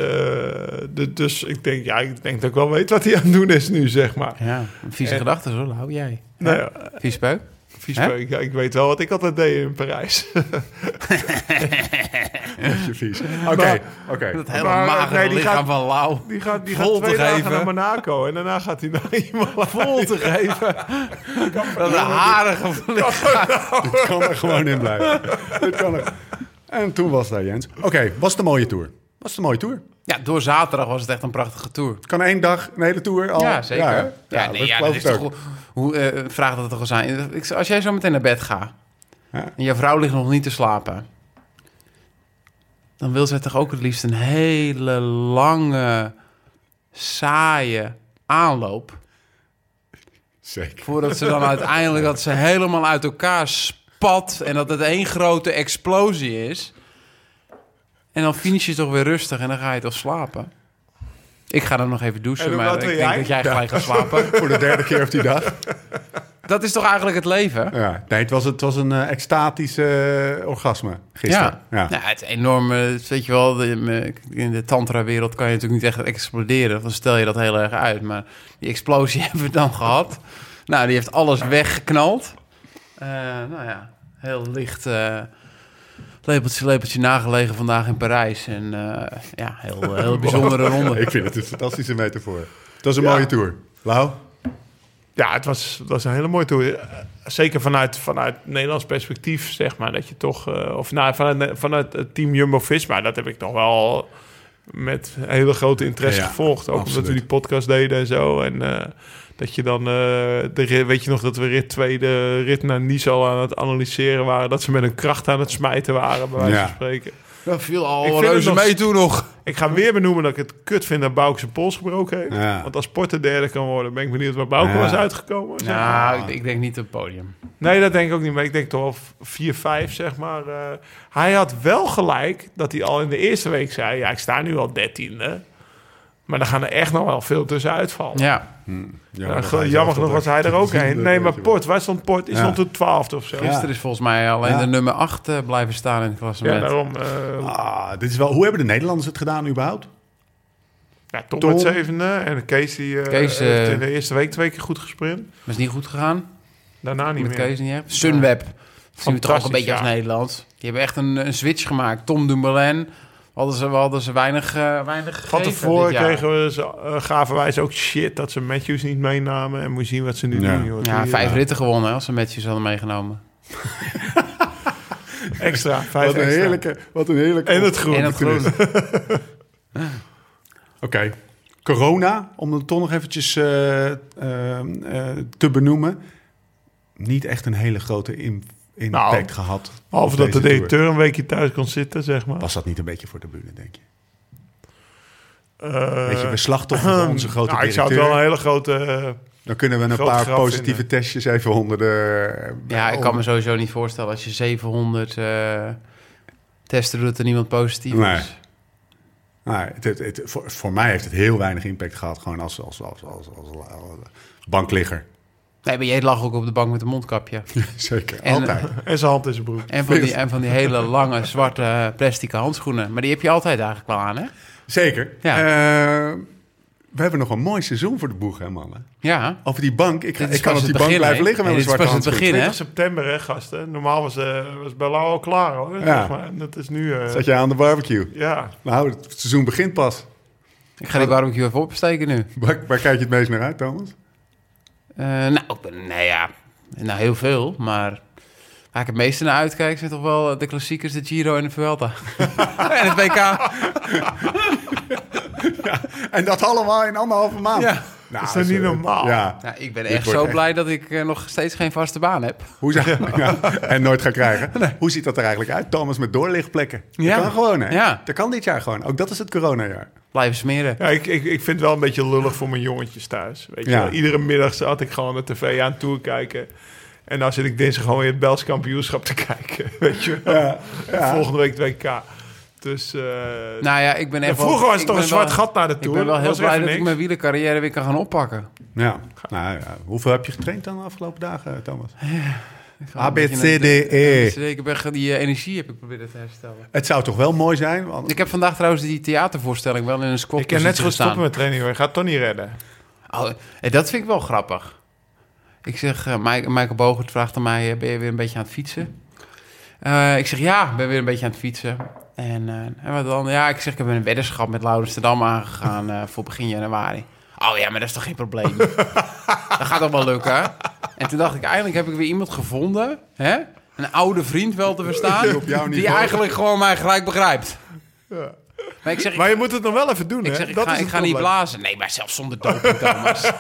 eh, de- dus ik denk, ja, ik denk dat ik wel weet wat hij aan het doen is nu, zeg maar. Ja, vieze Eh. gedachten zo, hou jij. Nou ja, Vies peuk. vies Hè? peuk. Ja, ik weet wel wat ik altijd deed in Parijs. je vies. Oké, oké. Dat hele Maar, eh, magere nee, die lichaam gaat- van Lau. Die gaat, die Vol gaat te twee dagen geven. naar Monaco en daarna gaat hij naar iemand Vol te geven. Dat de harige van lichaam. Het kan er gewoon in blijven. Het kan er. En toen was daar Jens. Oké, was het een mooie tour? Was het een mooie tour? Ja, door zaterdag was het echt een prachtige tour. Kan één dag, een hele tour al? Oh, Ja, zeker. hè? Ja, nee, ja, dat geloof is ik toch... ook. Hoe, eh, vraag dat toch eens aan. Ik- Als jij zo meteen naar bed gaat... Ja. en je vrouw ligt nog niet te slapen... dan wil zij toch ook het liefst een hele lange, saaie aanloop... Zeker. voordat ze dan uiteindelijk dat ze helemaal uit elkaar spat... en dat het één grote explosie is. En dan finish je toch weer rustig en dan ga je toch slapen. Ik ga dan nog even douchen, En maar wat wil ik denk jij? dat jij gelijk gaat slapen. Voor de derde keer op die dag. Dat is toch eigenlijk het leven? Ja. Nee, het was, het was een eh, extatische eh, orgasme gisteren. Ja. Ja. Nou, het enorme, het weet je wel, de- me- in de tantra-wereld kan je natuurlijk niet echt exploderen. Dan stel je dat heel erg uit. Maar die explosie hebben we dan gehad. Nou, die heeft alles weggeknald. Eh, nou ja, heel licht eh, lepeltje, lepeltje nagelegen vandaag in Parijs. En eh, ja, heel, heel bijzondere ronde. Ik vind het een fantastische metafoor. Het was een Ja. mooie tour. Lau? Ja, het was, het was een hele mooie tour. Eh, Zeker vanuit, vanuit Nederlands perspectief, zeg maar. Dat je toch... eh, of nou, vanuit, vanuit het team Jumbo-Visma, dat heb ik nog wel met hele grote interesse Ja, gevolgd. Ook absoluut. omdat we die podcast deden en zo. En eh, dat je dan... eh, de, rit- weet je nog dat we rit 2, de rit naar Nice al aan het analyseren waren. Dat ze met een kracht aan het smijten waren, bij wijze Ja. van spreken. Dat viel Ik al vind het reuze nog- mee toen nog. Ik ga weer benoemen dat ik het kut vind dat Bouke zijn pols gebroken heeft. Ja. Want als Porter derde kan worden, ben ik benieuwd waar Bouke Ja. was uitgekomen. zeg maar. Nou, ik, ik denk niet op het podium. Nee, dat denk ik ook niet. Maar ik denk toch wel 4, 5, zeg maar. eh. hij had wel gelijk dat hij al in de eerste week zei... ja, ik sta nu al dertiende. Maar dan gaan er echt nog wel veel tussenuit vallen. Ja, Ja, jammer genoeg was hij er ook heen. Nee, maar Port, waar stond Port? Is Ja. stond toen twaalfde of zo. Ja, gisteren is volgens mij alleen Ja. de nummer 8 blijven staan in het klassement. daarom. eh Ah, dit is wel, hoe hebben de Nederlanders het gedaan überhaupt? ja, Tom, Tom. met zevende. En Kees, die eh, Kees, eh, heeft in de eerste week twee keer goed gesprint. Maar is niet goed gegaan. Daarna niet Met meer. Kees niet echt. Sunweb. Zien we toch ook een Fantastisch, beetje als ja. Nederland. Die hebben echt een, een switch gemaakt. Tom Dumoulin. Hadden ze, hadden ze weinig, eh weinig Van gegeven tevoren dit jaar. kregen we, ze- eh, gaven wij ze ook shit dat ze Matthews niet meenamen. En moet je zien wat ze nu Ja. doen. joh. Ja, Die, vijf eh, ritten gewonnen als ze matches hadden meegenomen. Extra, vijf Wat een extra. heerlijke... Wat een heerlijke En het groen. En dat groen. Oké. Corona, om het toch nog eventjes eh, ehm, eh, te benoemen. Niet echt een hele grote im- impact Nou, gehad. Behalve op dat de deze tour. directeur een weekje thuis kon zitten, zeg maar. Was dat niet een beetje voor de buren, denk je? Eh, Weet je, we slachtoffer van onze grote nou, ik zou directeur. het wel een hele grote... eh, Dan kunnen we een grote paar grap positieve vinden. testjes even onder de... Ja, Oh. ik kan me sowieso niet voorstellen als je 700 eh, testen doet en niemand positief Nee. is. Maar het, het, het- voor, voor mij heeft het heel weinig impact gehad. Gewoon als, als, als, als, als, als bankligger. Nee, maar jij lag ook op de bank met een mondkapje. Zeker, En- altijd. en zijn hand in zijn broek. En van, die, Vlinders. en van die hele lange zwarte eh, plastic handschoenen. Maar die heb je altijd eigenlijk wel aan, hè? Zeker. Ja. Eh, We hebben nog een mooi seizoen voor de boeg, hè, mannen? Ja. Over die bank. Ik, ga- Dit is ik kan pas op die het bank begin, blijven hè? liggen met Nee, een dit is zwarte pas het handschoen. begin, hè? 20 september, hè, gasten. Normaal was, eh was Belau al klaar, hoor. Zeg maar. En dat is nu... eh, Zat jij aan de barbecue? Ja, Nou, het seizoen begint pas. Ik ga die barbecue even opsteken nu. Waar, waar kijk je het meest naar uit, Thomas? Eh, nou, ik ben- nou ja, nou heel veel, maar waar ik het meeste naar uitkijk zijn toch wel eh, de klassiekers, de Giro en de Vuelta. en het WK. En dat allemaal in anderhalve maand. Ja. Nou, Is dat niet eh, normaal? Ja. Nou, ik ben Dit echt wordt zo echt- blij dat ik eh, nog steeds geen vaste baan heb. Hoe zou- ja, En nooit gaan krijgen. Hoe ziet dat er eigenlijk uit, Thomas, met doorlichtplekken? Ja. Dat kan gewoon, hè? Ja. Dat kan dit jaar gewoon. Ook dat is het coronajaar. Blijven smeren. ja ik, ik, ik vind het wel een beetje lullig voor mijn jongetjes thuis. Weet je Ja. wel. Iedere middag zat ik gewoon de tv aan toe kijken. En dan zit ik dinsdag gewoon weer het Belgisch kampioenschap te kijken. Weet je wel. En Volgende week het WK. Dus... eh, Nou ja, ik ben echt en wel- vroeger was ik het toch een ben zwart wel- gat naar de Ik Tour. ben wel heel was er blij even dat ik niks. mijn wielercarrière weer kan gaan oppakken. Ja. Nou, ja. Hoeveel heb je getraind dan de afgelopen dagen, Thomas? Ik ga A, een B, beetje C, naar- D, E. Dus Ik heb echt die eh, energie heb ik proberen te herstellen. Het zou toch wel mooi zijn? want- Ik heb vandaag trouwens die theatervoorstelling wel in een squat Ik heb net zo goed gestaan. stoppen met training, hoor. Ik ga het toch niet redden. Oh, eh, dat vind ik wel grappig. Ik zeg, eh, Mi- Michael Bogert vraagt aan mij, eh, ben je weer een beetje aan het fietsen? Eh, ik zeg, ja, ik ben weer een beetje aan het fietsen. En, eh, en wat dan? Ja, ik zeg, ik heb een weddenschap met Laurens de Dam aangegaan eh, voor begin januari. Oh ja, maar dat is toch geen probleem? dat gaat toch wel lukken? En toen dacht ik, eindelijk heb ik weer iemand gevonden, hè? Een oude vriend wel te verstaan, Die op jouw die niveau- eigenlijk gewoon mij gelijk begrijpt. Ja. Maar ik zeg, Maar je moet het nog wel even doen, ik, hè? zeg, ik Dat ga, is ik het ga niet probleem. blazen. Nee, maar zelfs zonder doping, Thomas.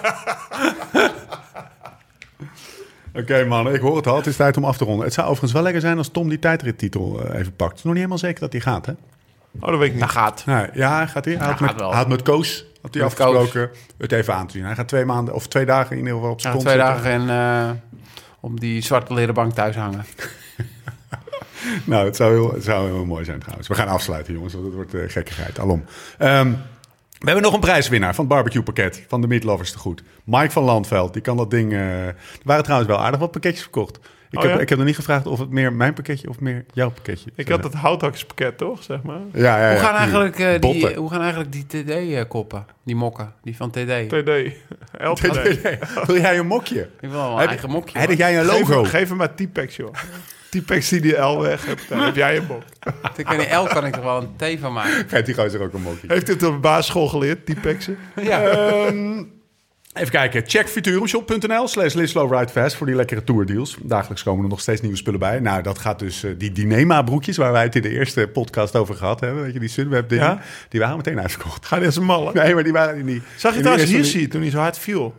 Oké, man, ik hoor het al. Het is tijd om af te ronden. Het zou overigens wel lekker zijn als Tom die tijdrittitel eh, even pakt. Het is nog niet helemaal zeker dat hij gaat, hè? Oh, dat weet ik niet. Dat gaat. Nee, ja, gaat hij. Hij had, Ja, met, gaat wel. hij had met Koos, had hij Met afgesproken, het even aan te zien. Hij gaat twee maanden of twee dagen in ieder geval op zijn Ja, kont twee zitten. dagen en eh, op die zwarte leren bank thuis hangen. Nou, het zou, heel, het zou heel mooi zijn trouwens. We gaan afsluiten, jongens, want het wordt eh, gekkigheid. Alom. Ehm, we hebben nog een prijswinnaar van het barbecuepakket van de Meat Lovers te goed. Mike van Landveld, die kan dat ding... eh, er waren trouwens wel aardig wat pakketjes verkocht. Ik, Oh, heb, ja? ik heb nog niet gevraagd of het meer mijn pakketje of meer jouw pakketje Ik zou had dat houthakspakket, toch? Zeg maar. zijn. Ja, ja, ja. Hoe gaan, eigenlijk, eh, die, Botten. hoe gaan eigenlijk die TD-koppen, die mokken, die van TD? TD. LTD. TD. Wil jij een mokje? Ik wil wel Heb- een eigen mokje. Heb hoor. jij een Geef, logo? hem- geef hem maar T-Pex, joh. T-Pex CDL weg. Heb, dan heb jij een bok. Ik kan die L kan ik er wel een T van maken. Geeft die gozer ook een mokje? Heeft het op de basisschool geleerd, T-Pexen? Ja. Ehm, even kijken. Check futurumshop.nl slash Lislo Ride Fast voor die lekkere tourdeals. Dagelijks komen er nog steeds nieuwe spullen bij. Nou, dat gaat dus eh, die Dinema broekjes waar wij het in de eerste podcast over gehad hebben. Weet je, die Sunweb dingen. Ja. Die waren meteen uitverkocht. Ga eens een malle. Nee, maar die waren in die... Zag je in die trouwens eerste- Hirsi toen hij zo hard viel?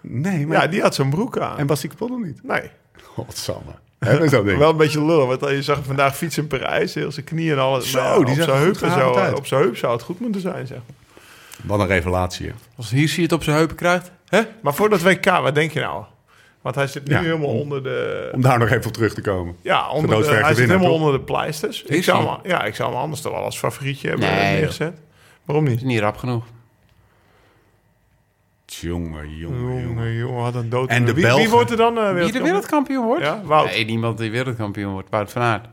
Nee, maar... Ja, die had zijn broek aan. En Basti Kapottel niet. nee. Godsamme. Hebben ze dat ding. Wel een beetje lullig, want je zag hem vandaag fietsen in Parijs. Heel zijn knieën en alles. Zo, Maar ja, die op zag zijn er heup goed en gehavend zo. uit. Op zijn heup zou het goed moeten zijn, zeg maar. Wat een revelatie, hè. Als hier zie je het op zijn heupen krijgt. Hè? Maar voor dat WK, wat denk je nou? Want hij zit nu Ja, helemaal om- onder de... Om daar nog even op terug te komen. Ja, onder de, Gedoodverfde hij zit winnaar, helemaal toch? onder de pleisters. Ik Is zou, hij? hem, ja, ik zou hem anders toch wel als favorietje hebben eh, Nee, joh. neergezet. Waarom niet? Is niet rap genoeg. Jongen, jongen, jongen. Jongen, jongen, wat een dood. En de wie, wie Belgen. wordt er dan eh Wie de wereldkampioen? wereldkampioen wordt? Ja, Wout. Nee, niemand die wereldkampioen wordt. Wout van Aert.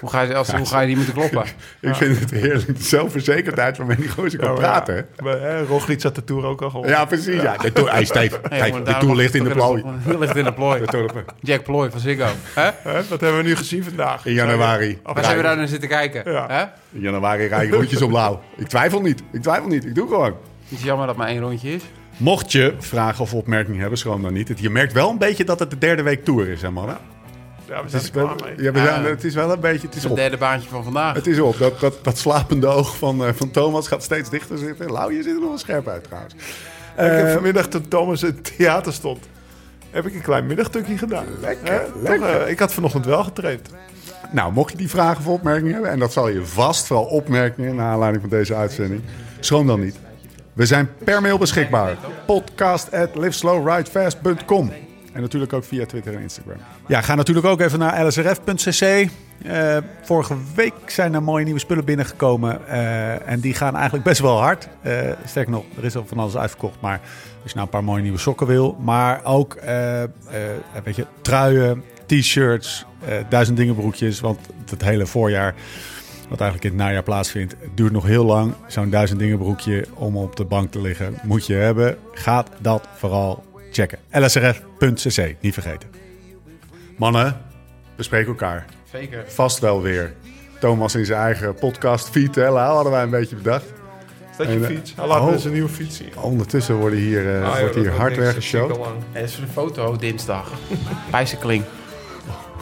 Hoe ga je, als, hoe ga je die moeten kloppen? Ik vind het heerlijk. De zelfverzekerdheid waarmee die gozer kan Ja, maar praten, hè. ja. Maar, hè, Roglic had de Tour ook al gewonnen. Ja, precies. Ja. De toer, hey, Steve, kijk, de toer toer ligt in de plooi. ligt in de plooi. De toer- Jack Plooi van Ziggo. Hè? Hè, wat hebben we nu gezien vandaag? In januari. Waar zijn we daar naar zitten kijken? Ja. Hè? In januari rij ik rondjes op blauw. Ik twijfel niet. Ik twijfel niet. Ik doe gewoon. Het is jammer dat maar één rondje is. Mocht je vragen of opmerkingen hebben, schroom dan niet. Het- Je merkt wel een beetje dat het de derde week tour is, hè mannen? Ja, we Het zijn is, er wel, klaar mee. ja, we Ah. zijn- het is wel een beetje... Het is Het op. derde baantje van vandaag. Het is op. Dat, dat, dat slapende oog van, eh, van Thomas gaat steeds dichter zitten. Lau, je ziet er nog wel scherp uit trouwens. Ik heb Eh, vanmiddag toen Thomas in het theater stond, heb ik een klein middagtukje gedaan. Lekker, Hè? Toch, lekker. eh, ik had vanochtend wel getraind. Nou, mocht je die vragen of opmerkingen hebben, en dat zal je vast wel opmerkingen naar aanleiding van deze uitzending, schroom dan niet. We zijn per mail beschikbaar. Podcast at liveslowridefast.com. En natuurlijk ook via Twitter en Instagram. Ja, ga natuurlijk ook even naar lsrf.cc. Eh, vorige week zijn er mooie nieuwe spullen binnengekomen. eh, en die gaan eigenlijk best wel hard. Eh sterker nog, er is al van alles uitverkocht. Maar als je nou een paar mooie nieuwe sokken wil. Maar ook eh, eh, weet je, truien, t-shirts, eh, duizend dingen broekjes. Want het hele voorjaar Wat eigenlijk in het najaar plaatsvindt. Het duurt nog heel lang. Zo'n duizend dingen broekje om op de bank te liggen moet je hebben. Gaat dat vooral checken. lsrf.cc, niet vergeten. Mannen, we spreken elkaar. Zeker. Vast wel weer. Thomas in zijn eigen podcast, Fiet, hè, Lau, hadden wij een beetje bedacht. Is dat En, je eh, fiets? Hij laat oh. me eens een nieuwe fiets zien. Ondertussen worden hier, eh, Ah, joh, wordt dat hier hard niks. Dat zie ik weggeshoot. al lang. Dat is voor de foto dinsdag. Bicycling.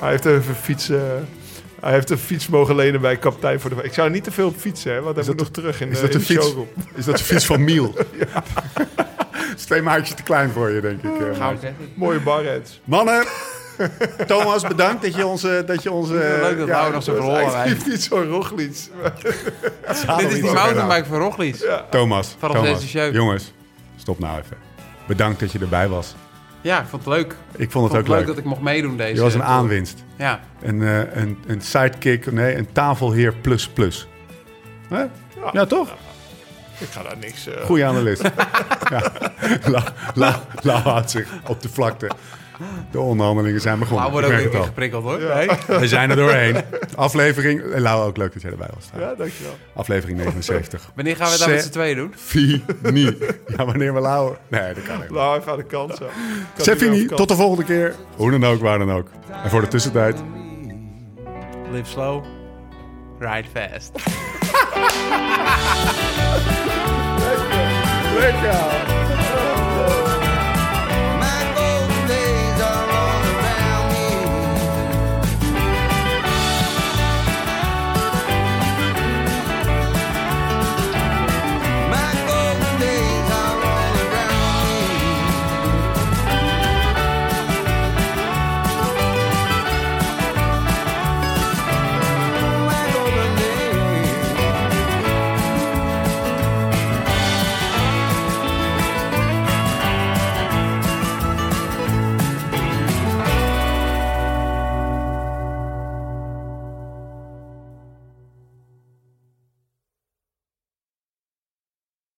Hij heeft even fiets. eh, hij heeft een fiets mogen lenen bij kapitein voor de. Ik zou niet te veel op fietsen, hè, want hij dat moet nog terug in is de, dat in de fiets? showroom. Is dat de fiets van Miel? Dat is twee maatjes te klein voor je, denk ik. eh, maar. Mooie barheads. Mannen, Thomas, bedankt dat je onze... Dat je onze Leuk dat Lau nog zo verhollen Hij wijst. heeft niet zo'n rogliets. Dit is die nou. mountainbike van Roglies. Thomas, Vanaf Thomas, deze show. jongens, stop nou even. Bedankt dat je erbij was. Ja, ik vond het leuk. Ik Ik vond het vond het ook leuk leuk. dat ik mocht meedoen deze. Je was een aanwinst. Ja. Een, eh, een, een sidekick, nee, een tafelheer plus plus. Hè? Ja, toch? Ik ga daar niks. eh, Goeie analist. ja. Lau Lau- Lau houdt zich op de vlakte. De onderhandelingen zijn begonnen. Maar we Ik worden ook merk weer het geprikkeld hoor. Ja. al. We zijn er doorheen. Aflevering... eh, Lau, ook leuk dat jij erbij was. ja, dankjewel. Aflevering 79. Wanneer gaan we dat met Se- z'n tweeën doen? Fini. Ja, wanneer we Lau... Nee, dat kan niet. Nou, even aan de kant zo. Ik had hier wel Sefini, vakantie. tot de volgende keer. Hoe dan ook, waar dan ook. En voor de tussentijd... Live slow, ride fast. Lekker!